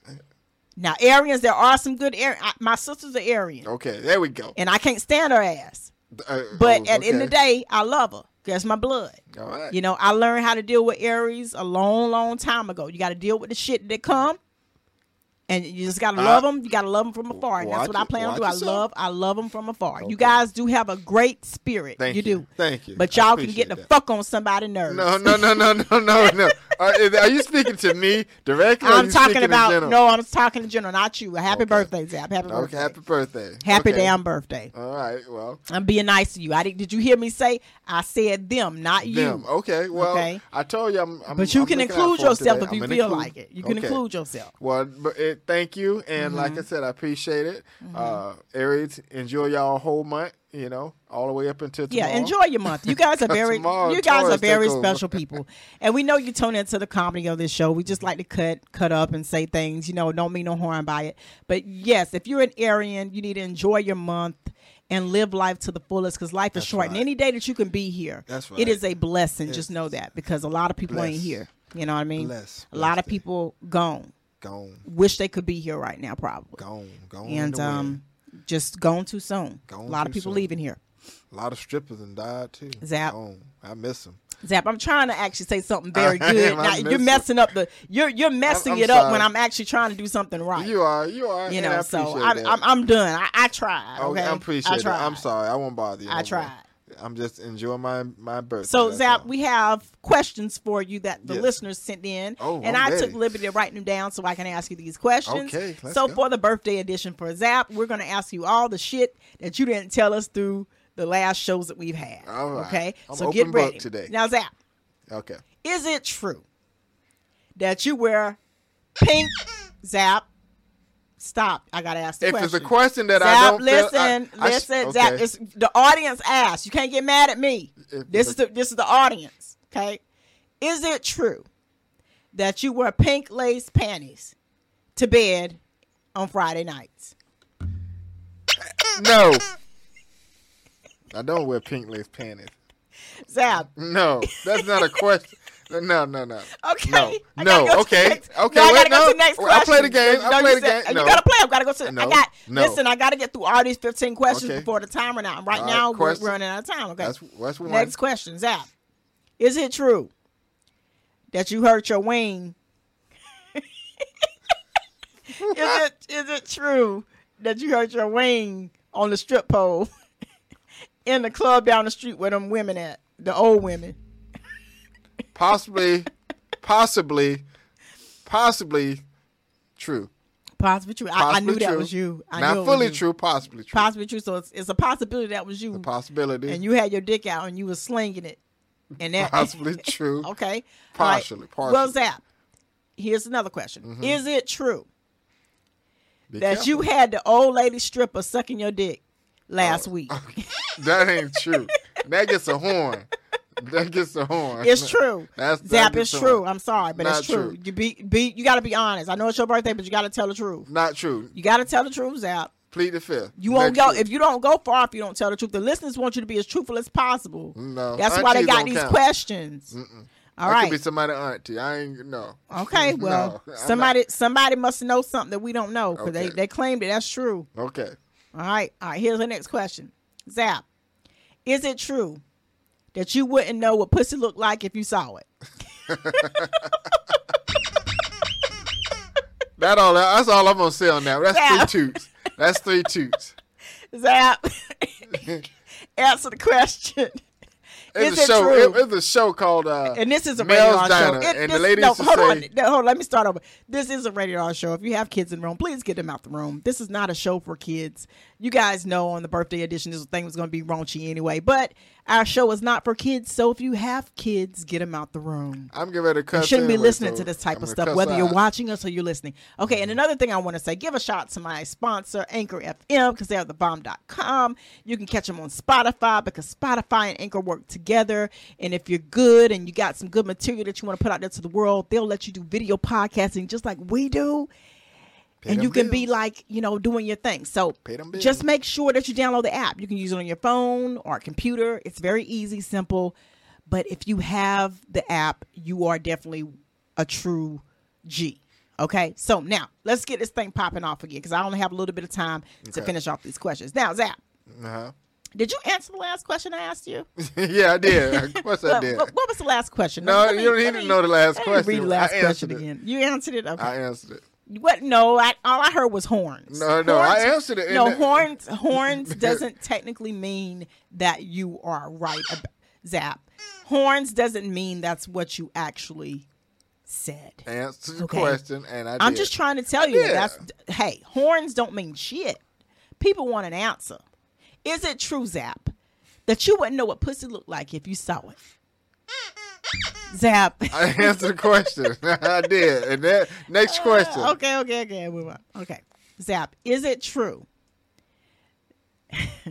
[SPEAKER 1] Now, Arians, there are some good Arians. My sister's an Arian,
[SPEAKER 2] Okay, there we go.
[SPEAKER 1] and I can't stand her ass.
[SPEAKER 2] Uh,
[SPEAKER 1] But
[SPEAKER 2] oh,
[SPEAKER 1] at the end of the
[SPEAKER 2] okay.
[SPEAKER 1] day, I love her. That's my blood.
[SPEAKER 2] All right.
[SPEAKER 1] You know, I learned how to deal with Aries a long, long time ago. You got to deal with the shit that come, and you just got to
[SPEAKER 2] I-
[SPEAKER 1] love them. You got to love them from afar, and that's
[SPEAKER 2] Watch
[SPEAKER 1] what I
[SPEAKER 2] it-
[SPEAKER 1] plan on
[SPEAKER 2] watch
[SPEAKER 1] doing. I
[SPEAKER 2] yourself.
[SPEAKER 1] love, I love them from afar.
[SPEAKER 2] Okay.
[SPEAKER 1] You guys do have a great spirit.
[SPEAKER 2] Thank
[SPEAKER 1] you,
[SPEAKER 2] you.
[SPEAKER 1] do.
[SPEAKER 2] Thank you.
[SPEAKER 1] But
[SPEAKER 2] I
[SPEAKER 1] y'all can
[SPEAKER 2] appreciate
[SPEAKER 1] get the
[SPEAKER 2] that.
[SPEAKER 1] fuck on somebody's nerves.
[SPEAKER 2] No, no, no, no, no, no,
[SPEAKER 1] [LAUGHS]
[SPEAKER 2] no. Are, are you speaking to me directly? or
[SPEAKER 1] I'm
[SPEAKER 2] you
[SPEAKER 1] talking
[SPEAKER 2] speaking in
[SPEAKER 1] about
[SPEAKER 2] general?
[SPEAKER 1] no, I'm talking in general, not you. Happy
[SPEAKER 2] Okay.
[SPEAKER 1] birthday, Zap. Happy
[SPEAKER 2] Okay,
[SPEAKER 1] birthday.
[SPEAKER 2] happy birthday.
[SPEAKER 1] Happy
[SPEAKER 2] okay.
[SPEAKER 1] damn birthday.
[SPEAKER 2] All right. Well,
[SPEAKER 1] I'm being nice to you. I did, did you hear me say I said them, not you.
[SPEAKER 2] them. Okay. Well,
[SPEAKER 1] Okay.
[SPEAKER 2] I told you I'm. I'm
[SPEAKER 1] But you
[SPEAKER 2] I'm
[SPEAKER 1] can
[SPEAKER 2] looking out
[SPEAKER 1] include
[SPEAKER 2] for 'em
[SPEAKER 1] yourself
[SPEAKER 2] today.
[SPEAKER 1] if you
[SPEAKER 2] I'm
[SPEAKER 1] feel
[SPEAKER 2] gonna include-
[SPEAKER 1] like it. You can
[SPEAKER 2] Okay.
[SPEAKER 1] include Mm-hmm. yourself.
[SPEAKER 2] Well, but it, thank you, and like I said, I appreciate it.
[SPEAKER 1] Mm-hmm.
[SPEAKER 2] Uh, Aries, enjoy y'all whole month. You know, all the way up until
[SPEAKER 1] Yeah,
[SPEAKER 2] tomorrow.
[SPEAKER 1] enjoy your month. You guys
[SPEAKER 2] [LAUGHS]
[SPEAKER 1] are very
[SPEAKER 2] Tomorrow,
[SPEAKER 1] you guys are
[SPEAKER 2] Taurus
[SPEAKER 1] very
[SPEAKER 2] take over.
[SPEAKER 1] special people. And we know you tune into the comedy of this show. We just like to cut cut up and say things, you know, don't mean no harm by it. But yes, if you're an Aryan, you need to enjoy your month and live life to the fullest because life is short. And
[SPEAKER 2] right.
[SPEAKER 1] any day that you can be here,
[SPEAKER 2] That's
[SPEAKER 1] it
[SPEAKER 2] right.
[SPEAKER 1] is a blessing. Just know that because a lot of people ain't
[SPEAKER 2] Bless.
[SPEAKER 1] here. You know what I mean?
[SPEAKER 2] Bless,
[SPEAKER 1] a lot of
[SPEAKER 2] bless it.
[SPEAKER 1] people gone.
[SPEAKER 2] Gone,
[SPEAKER 1] Wish they could be here right now, probably.
[SPEAKER 2] gone, gone. in
[SPEAKER 1] and
[SPEAKER 2] the wind.
[SPEAKER 1] um, just gone too soon.
[SPEAKER 2] Gone
[SPEAKER 1] a lot of
[SPEAKER 2] too
[SPEAKER 1] people
[SPEAKER 2] soon.
[SPEAKER 1] leaving here.
[SPEAKER 2] a lot of strippers and died too.
[SPEAKER 1] Zap.
[SPEAKER 2] Gone. I miss them.
[SPEAKER 1] Zap, I'm trying to actually say something very
[SPEAKER 2] [LAUGHS] I
[SPEAKER 1] good.
[SPEAKER 2] am, I
[SPEAKER 1] Now,
[SPEAKER 2] miss
[SPEAKER 1] you're
[SPEAKER 2] it.
[SPEAKER 1] messing up the you're you're messing
[SPEAKER 2] I'm
[SPEAKER 1] it up when
[SPEAKER 2] sorry.
[SPEAKER 1] I'm actually trying to do something right. You,
[SPEAKER 2] You are, you are. and
[SPEAKER 1] know,
[SPEAKER 2] I
[SPEAKER 1] so
[SPEAKER 2] appreciate
[SPEAKER 1] I,
[SPEAKER 2] that.
[SPEAKER 1] I'm I'm done. I, I tried. Okay,
[SPEAKER 2] Okay, I appreciate
[SPEAKER 1] I
[SPEAKER 2] it.
[SPEAKER 1] tried.
[SPEAKER 2] I'm sorry. I won't bother you.
[SPEAKER 1] I
[SPEAKER 2] no more.
[SPEAKER 1] tried.
[SPEAKER 2] I'm just enjoying my my birthday.
[SPEAKER 1] So
[SPEAKER 2] that's
[SPEAKER 1] Zap,
[SPEAKER 2] all.
[SPEAKER 1] we have questions for you that the
[SPEAKER 2] Yes.
[SPEAKER 1] listeners sent in,
[SPEAKER 2] Oh,
[SPEAKER 1] and
[SPEAKER 2] I'm
[SPEAKER 1] I took
[SPEAKER 2] ready.
[SPEAKER 1] liberty to write them down so I can ask you these questions.
[SPEAKER 2] Okay, let's
[SPEAKER 1] so
[SPEAKER 2] go.
[SPEAKER 1] for the birthday edition for Zap, we're going to ask you all the shit that you didn't tell us through the last shows that we've had.
[SPEAKER 2] All right.
[SPEAKER 1] Okay,
[SPEAKER 2] I'm
[SPEAKER 1] so
[SPEAKER 2] open
[SPEAKER 1] get
[SPEAKER 2] book
[SPEAKER 1] ready
[SPEAKER 2] today.
[SPEAKER 1] Now Zap,
[SPEAKER 2] okay.
[SPEAKER 1] Is it true that you wear pink zap? Stop. I gotta ask the
[SPEAKER 2] If
[SPEAKER 1] question.
[SPEAKER 2] it's a question that I
[SPEAKER 1] Zap,
[SPEAKER 2] don't feel- I-
[SPEAKER 1] listen,
[SPEAKER 2] I sh-
[SPEAKER 1] listen,
[SPEAKER 2] okay.
[SPEAKER 1] Zap. It's the audience asked. You can't get mad at me.
[SPEAKER 2] If
[SPEAKER 1] this
[SPEAKER 2] it's
[SPEAKER 1] is the this is the audience. Okay. Is it true that you wear pink lace panties to bed on Friday nights? [LAUGHS]
[SPEAKER 2] no. I don't wear pink lace panties.
[SPEAKER 1] Zap.
[SPEAKER 2] No, that's not a question. No, no, no.
[SPEAKER 1] Okay.
[SPEAKER 2] No,
[SPEAKER 1] I gotta go to
[SPEAKER 2] no.
[SPEAKER 1] the
[SPEAKER 2] okay,
[SPEAKER 1] next-
[SPEAKER 2] okay.
[SPEAKER 1] No, I
[SPEAKER 2] wait,
[SPEAKER 1] gotta
[SPEAKER 2] no.
[SPEAKER 1] go to the next
[SPEAKER 2] Well, I play the
[SPEAKER 1] question.
[SPEAKER 2] game.
[SPEAKER 1] No,
[SPEAKER 2] I
[SPEAKER 1] you
[SPEAKER 2] play the
[SPEAKER 1] said-
[SPEAKER 2] game. No.
[SPEAKER 1] You gotta play. I've gotta go to. the I
[SPEAKER 2] No,
[SPEAKER 1] got.
[SPEAKER 2] no.
[SPEAKER 1] Listen, I gotta get through all these fifteen questions
[SPEAKER 2] Okay.
[SPEAKER 1] before the time run out. And right
[SPEAKER 2] All right,
[SPEAKER 1] now
[SPEAKER 2] question.
[SPEAKER 1] we're running out of time. Okay.
[SPEAKER 2] That's that's one.
[SPEAKER 1] next question, Zap. Is it true that you hurt your wing? [LAUGHS] is it is it true that you hurt your wing on the strip pole [LAUGHS] in the club down the street where them women at the old women?
[SPEAKER 2] [LAUGHS] Possibly, possibly, possibly true.
[SPEAKER 1] Possibly true. I, I
[SPEAKER 2] Possibly
[SPEAKER 1] knew that
[SPEAKER 2] true.
[SPEAKER 1] was you. I
[SPEAKER 2] not
[SPEAKER 1] knew it was
[SPEAKER 2] fully
[SPEAKER 1] you.
[SPEAKER 2] true. Possibly true.
[SPEAKER 1] possibly true. So it's, it's a possibility that was you,
[SPEAKER 2] Possibility.
[SPEAKER 1] and you had your dick out and you was slinging it, and that
[SPEAKER 2] [LAUGHS] possibly
[SPEAKER 1] [LAUGHS]
[SPEAKER 2] true.
[SPEAKER 1] okay, All right.
[SPEAKER 2] Partially,
[SPEAKER 1] Well,
[SPEAKER 2] partially. Mm-hmm.
[SPEAKER 1] Zap, here's another question: Is it true
[SPEAKER 2] Be
[SPEAKER 1] that you had the old lady stripper sucking your dick
[SPEAKER 2] Oh,
[SPEAKER 1] last week?
[SPEAKER 2] careful. That ain't true. that gets a horn. That gets a horn.
[SPEAKER 1] It's true.
[SPEAKER 2] That's that
[SPEAKER 1] Zap,
[SPEAKER 2] gets
[SPEAKER 1] it's
[SPEAKER 2] a
[SPEAKER 1] true.
[SPEAKER 2] horn.
[SPEAKER 1] I'm sorry, but
[SPEAKER 2] Not
[SPEAKER 1] it's true.
[SPEAKER 2] true.
[SPEAKER 1] You be be you got to be honest. I know it's your birthday, but you got to tell the truth.
[SPEAKER 2] Not true.
[SPEAKER 1] You got to tell the truth, Zap.
[SPEAKER 2] Plead the fifth.
[SPEAKER 1] You won't
[SPEAKER 2] Next
[SPEAKER 1] go
[SPEAKER 2] week.
[SPEAKER 1] if you don't go far if you don't tell the truth. The listeners want you to be as truthful as possible.
[SPEAKER 2] No.
[SPEAKER 1] e- that's why they
[SPEAKER 2] Aunties
[SPEAKER 1] got
[SPEAKER 2] don't
[SPEAKER 1] these
[SPEAKER 2] count.
[SPEAKER 1] questions. All
[SPEAKER 2] I
[SPEAKER 1] right.
[SPEAKER 2] could [LAUGHS] be somebody auntie. I ain't no. [LAUGHS]
[SPEAKER 1] okay. Well,
[SPEAKER 2] No, I'm
[SPEAKER 1] somebody somebody must know something that we don't know because they
[SPEAKER 2] Okay.
[SPEAKER 1] they claimed it. That's true.
[SPEAKER 2] Okay.
[SPEAKER 1] All right. All right. Here's the next question. Zap, is it true that you wouldn't know what pussy looked like if you saw it?
[SPEAKER 2] That all. That's all I'm gonna say on that. That's
[SPEAKER 1] Yeah. [LAUGHS]
[SPEAKER 2] [LAUGHS] three toots. That's three toots.
[SPEAKER 1] Zap, [LAUGHS] Answer the question. Is
[SPEAKER 2] It's a
[SPEAKER 1] it
[SPEAKER 2] show.
[SPEAKER 1] true?
[SPEAKER 2] it- it's a show called. Uh,
[SPEAKER 1] and this is a
[SPEAKER 2] Mel's
[SPEAKER 1] radio
[SPEAKER 2] Diner,
[SPEAKER 1] show. It-
[SPEAKER 2] and
[SPEAKER 1] this-
[SPEAKER 2] the ladies
[SPEAKER 1] no,
[SPEAKER 2] to
[SPEAKER 1] hold
[SPEAKER 2] say,
[SPEAKER 1] on, No, hold on. Let me start over. This is a radio show. If you have kids in the room, please get them out the room. This is not a show for kids. You guys know on the birthday edition, this thing was going to be raunchy anyway. But our show is not for kids. So if you have kids, get them out the room.
[SPEAKER 2] I'm giving it a cuss.
[SPEAKER 1] You shouldn't be
[SPEAKER 2] anyway,
[SPEAKER 1] listening
[SPEAKER 2] so
[SPEAKER 1] to this type
[SPEAKER 2] I'm
[SPEAKER 1] of
[SPEAKER 2] gonna
[SPEAKER 1] stuff,
[SPEAKER 2] cuss
[SPEAKER 1] whether you're
[SPEAKER 2] out.
[SPEAKER 1] watching us or you're listening. Okay, and another thing I want to say give a shout out to my sponsor, Anchor FM, because they're the bomb.com. You can catch them on Spotify because Spotify and Anchor work together. And if you're good and you got some good material that you want to put out there to the world, they'll let you do video podcasting just like we do.
[SPEAKER 2] Pay
[SPEAKER 1] and
[SPEAKER 2] them
[SPEAKER 1] you can be
[SPEAKER 2] bills.
[SPEAKER 1] like, you know, doing your thing. So
[SPEAKER 2] Pay them
[SPEAKER 1] just
[SPEAKER 2] bills.
[SPEAKER 1] make sure that you download the app. You can use it on your phone or a computer. It's very easy, simple. But if you have the app, you are definitely a true G. Okay. So now let's get this thing popping off again because I only have a little bit of time to
[SPEAKER 2] Okay.
[SPEAKER 1] finish off these questions. Now, Zap,
[SPEAKER 2] Uh-huh. [LAUGHS]
[SPEAKER 1] did you answer the last question I asked you?
[SPEAKER 2] yeah, I did. Of course I
[SPEAKER 1] What,
[SPEAKER 2] did.
[SPEAKER 1] what- what was the last question?
[SPEAKER 2] No,
[SPEAKER 1] Let me-
[SPEAKER 2] you don't
[SPEAKER 1] let
[SPEAKER 2] need to
[SPEAKER 1] me-
[SPEAKER 2] know the last
[SPEAKER 1] let me
[SPEAKER 2] question.
[SPEAKER 1] Read the last
[SPEAKER 2] I
[SPEAKER 1] question
[SPEAKER 2] answered it.
[SPEAKER 1] again. You answered it. Okay.
[SPEAKER 2] I answered it.
[SPEAKER 1] What? No, I, all I heard was horns.
[SPEAKER 2] No, no, I answered it in
[SPEAKER 1] No,
[SPEAKER 2] the-
[SPEAKER 1] horns.
[SPEAKER 2] [LAUGHS]
[SPEAKER 1] Horns doesn't technically mean that you are right. About, zap. Horns doesn't mean that's what you actually said.
[SPEAKER 2] Answered the
[SPEAKER 1] Okay.
[SPEAKER 2] question, and I. Did.
[SPEAKER 1] I'm just trying to tell you
[SPEAKER 2] did.
[SPEAKER 1] that's hey, horns don't mean shit. People want an answer. Is it true, Zap, that you wouldn't know what pussy looked like if you saw it? Zap.
[SPEAKER 2] [LAUGHS] I answered the question. [LAUGHS] I did. And that next question.
[SPEAKER 1] Uh, [LAUGHS] okay, okay, okay. Move on. Okay. Zap, is it true?
[SPEAKER 2] [LAUGHS]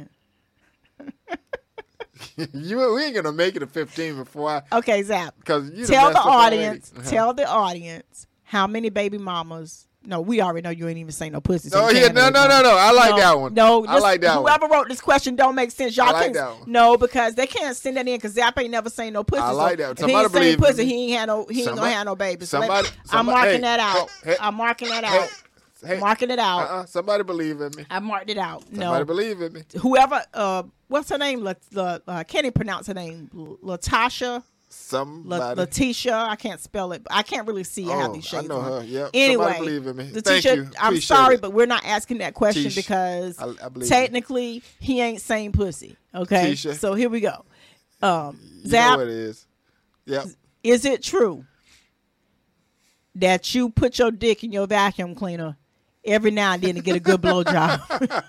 [SPEAKER 2] You we ain't gonna make it to 15 before I
[SPEAKER 1] Okay, Zap.
[SPEAKER 2] because you done
[SPEAKER 1] Tell the
[SPEAKER 2] messed up already.
[SPEAKER 1] audience.
[SPEAKER 2] Uh-huh.
[SPEAKER 1] Tell the audience how many baby mamas. No, we already know you ain't even saying no pussy. so
[SPEAKER 2] No,
[SPEAKER 1] you
[SPEAKER 2] Oh, yeah,
[SPEAKER 1] can't
[SPEAKER 2] no,
[SPEAKER 1] really
[SPEAKER 2] no,
[SPEAKER 1] know.
[SPEAKER 2] no, no. I like
[SPEAKER 1] no,
[SPEAKER 2] that one.
[SPEAKER 1] No,
[SPEAKER 2] I
[SPEAKER 1] this-
[SPEAKER 2] like that one.
[SPEAKER 1] Whoever wrote this question don't make sense. Y'all
[SPEAKER 2] I like
[SPEAKER 1] can't.
[SPEAKER 2] that one.
[SPEAKER 1] No, because they can't send that in because Zap ain't never seen no pussy.
[SPEAKER 2] I like that one.
[SPEAKER 1] So if he
[SPEAKER 2] Somebody
[SPEAKER 1] ain't seen
[SPEAKER 2] believe
[SPEAKER 1] pussy.
[SPEAKER 2] me.
[SPEAKER 1] He ain't had no. He ain't gonna
[SPEAKER 2] Somebody-
[SPEAKER 1] have no babies. So let-
[SPEAKER 2] somebody-
[SPEAKER 1] I'm
[SPEAKER 2] somebody-
[SPEAKER 1] marking
[SPEAKER 2] hey, oh,
[SPEAKER 1] that out.
[SPEAKER 2] hey, hey,
[SPEAKER 1] I'm marking that
[SPEAKER 2] Hey,
[SPEAKER 1] out.
[SPEAKER 2] hey,
[SPEAKER 1] marking it out.
[SPEAKER 2] uh-uh, somebody believe in me.
[SPEAKER 1] I marked it out.
[SPEAKER 2] Somebody
[SPEAKER 1] No,
[SPEAKER 2] believe in me.
[SPEAKER 1] whoever. Uh, what's her name? La, La, uh, can't even pronounce her name. L- Latasha. La-
[SPEAKER 2] Somebody.
[SPEAKER 1] Letitia, I can't spell it. but I can't really see. I have these
[SPEAKER 2] Oh, I
[SPEAKER 1] shades.
[SPEAKER 2] know
[SPEAKER 1] on.
[SPEAKER 2] her. Yep.
[SPEAKER 1] Anyway,
[SPEAKER 2] Somebody believe in me.
[SPEAKER 1] Letitia,
[SPEAKER 2] Thank you.
[SPEAKER 1] I'm
[SPEAKER 2] Appreciate
[SPEAKER 1] sorry,
[SPEAKER 2] it.
[SPEAKER 1] but we're not asking that question
[SPEAKER 2] Tish,
[SPEAKER 1] because
[SPEAKER 2] I- I believe you.
[SPEAKER 1] technically he ain't saying pussy. Okay,
[SPEAKER 2] Tisha.
[SPEAKER 1] so here we go. Um,
[SPEAKER 2] you know
[SPEAKER 1] Zap,
[SPEAKER 2] what it is. Yep.
[SPEAKER 1] is it true that you put your dick in your vacuum cleaner every now and then to get a good blowjob?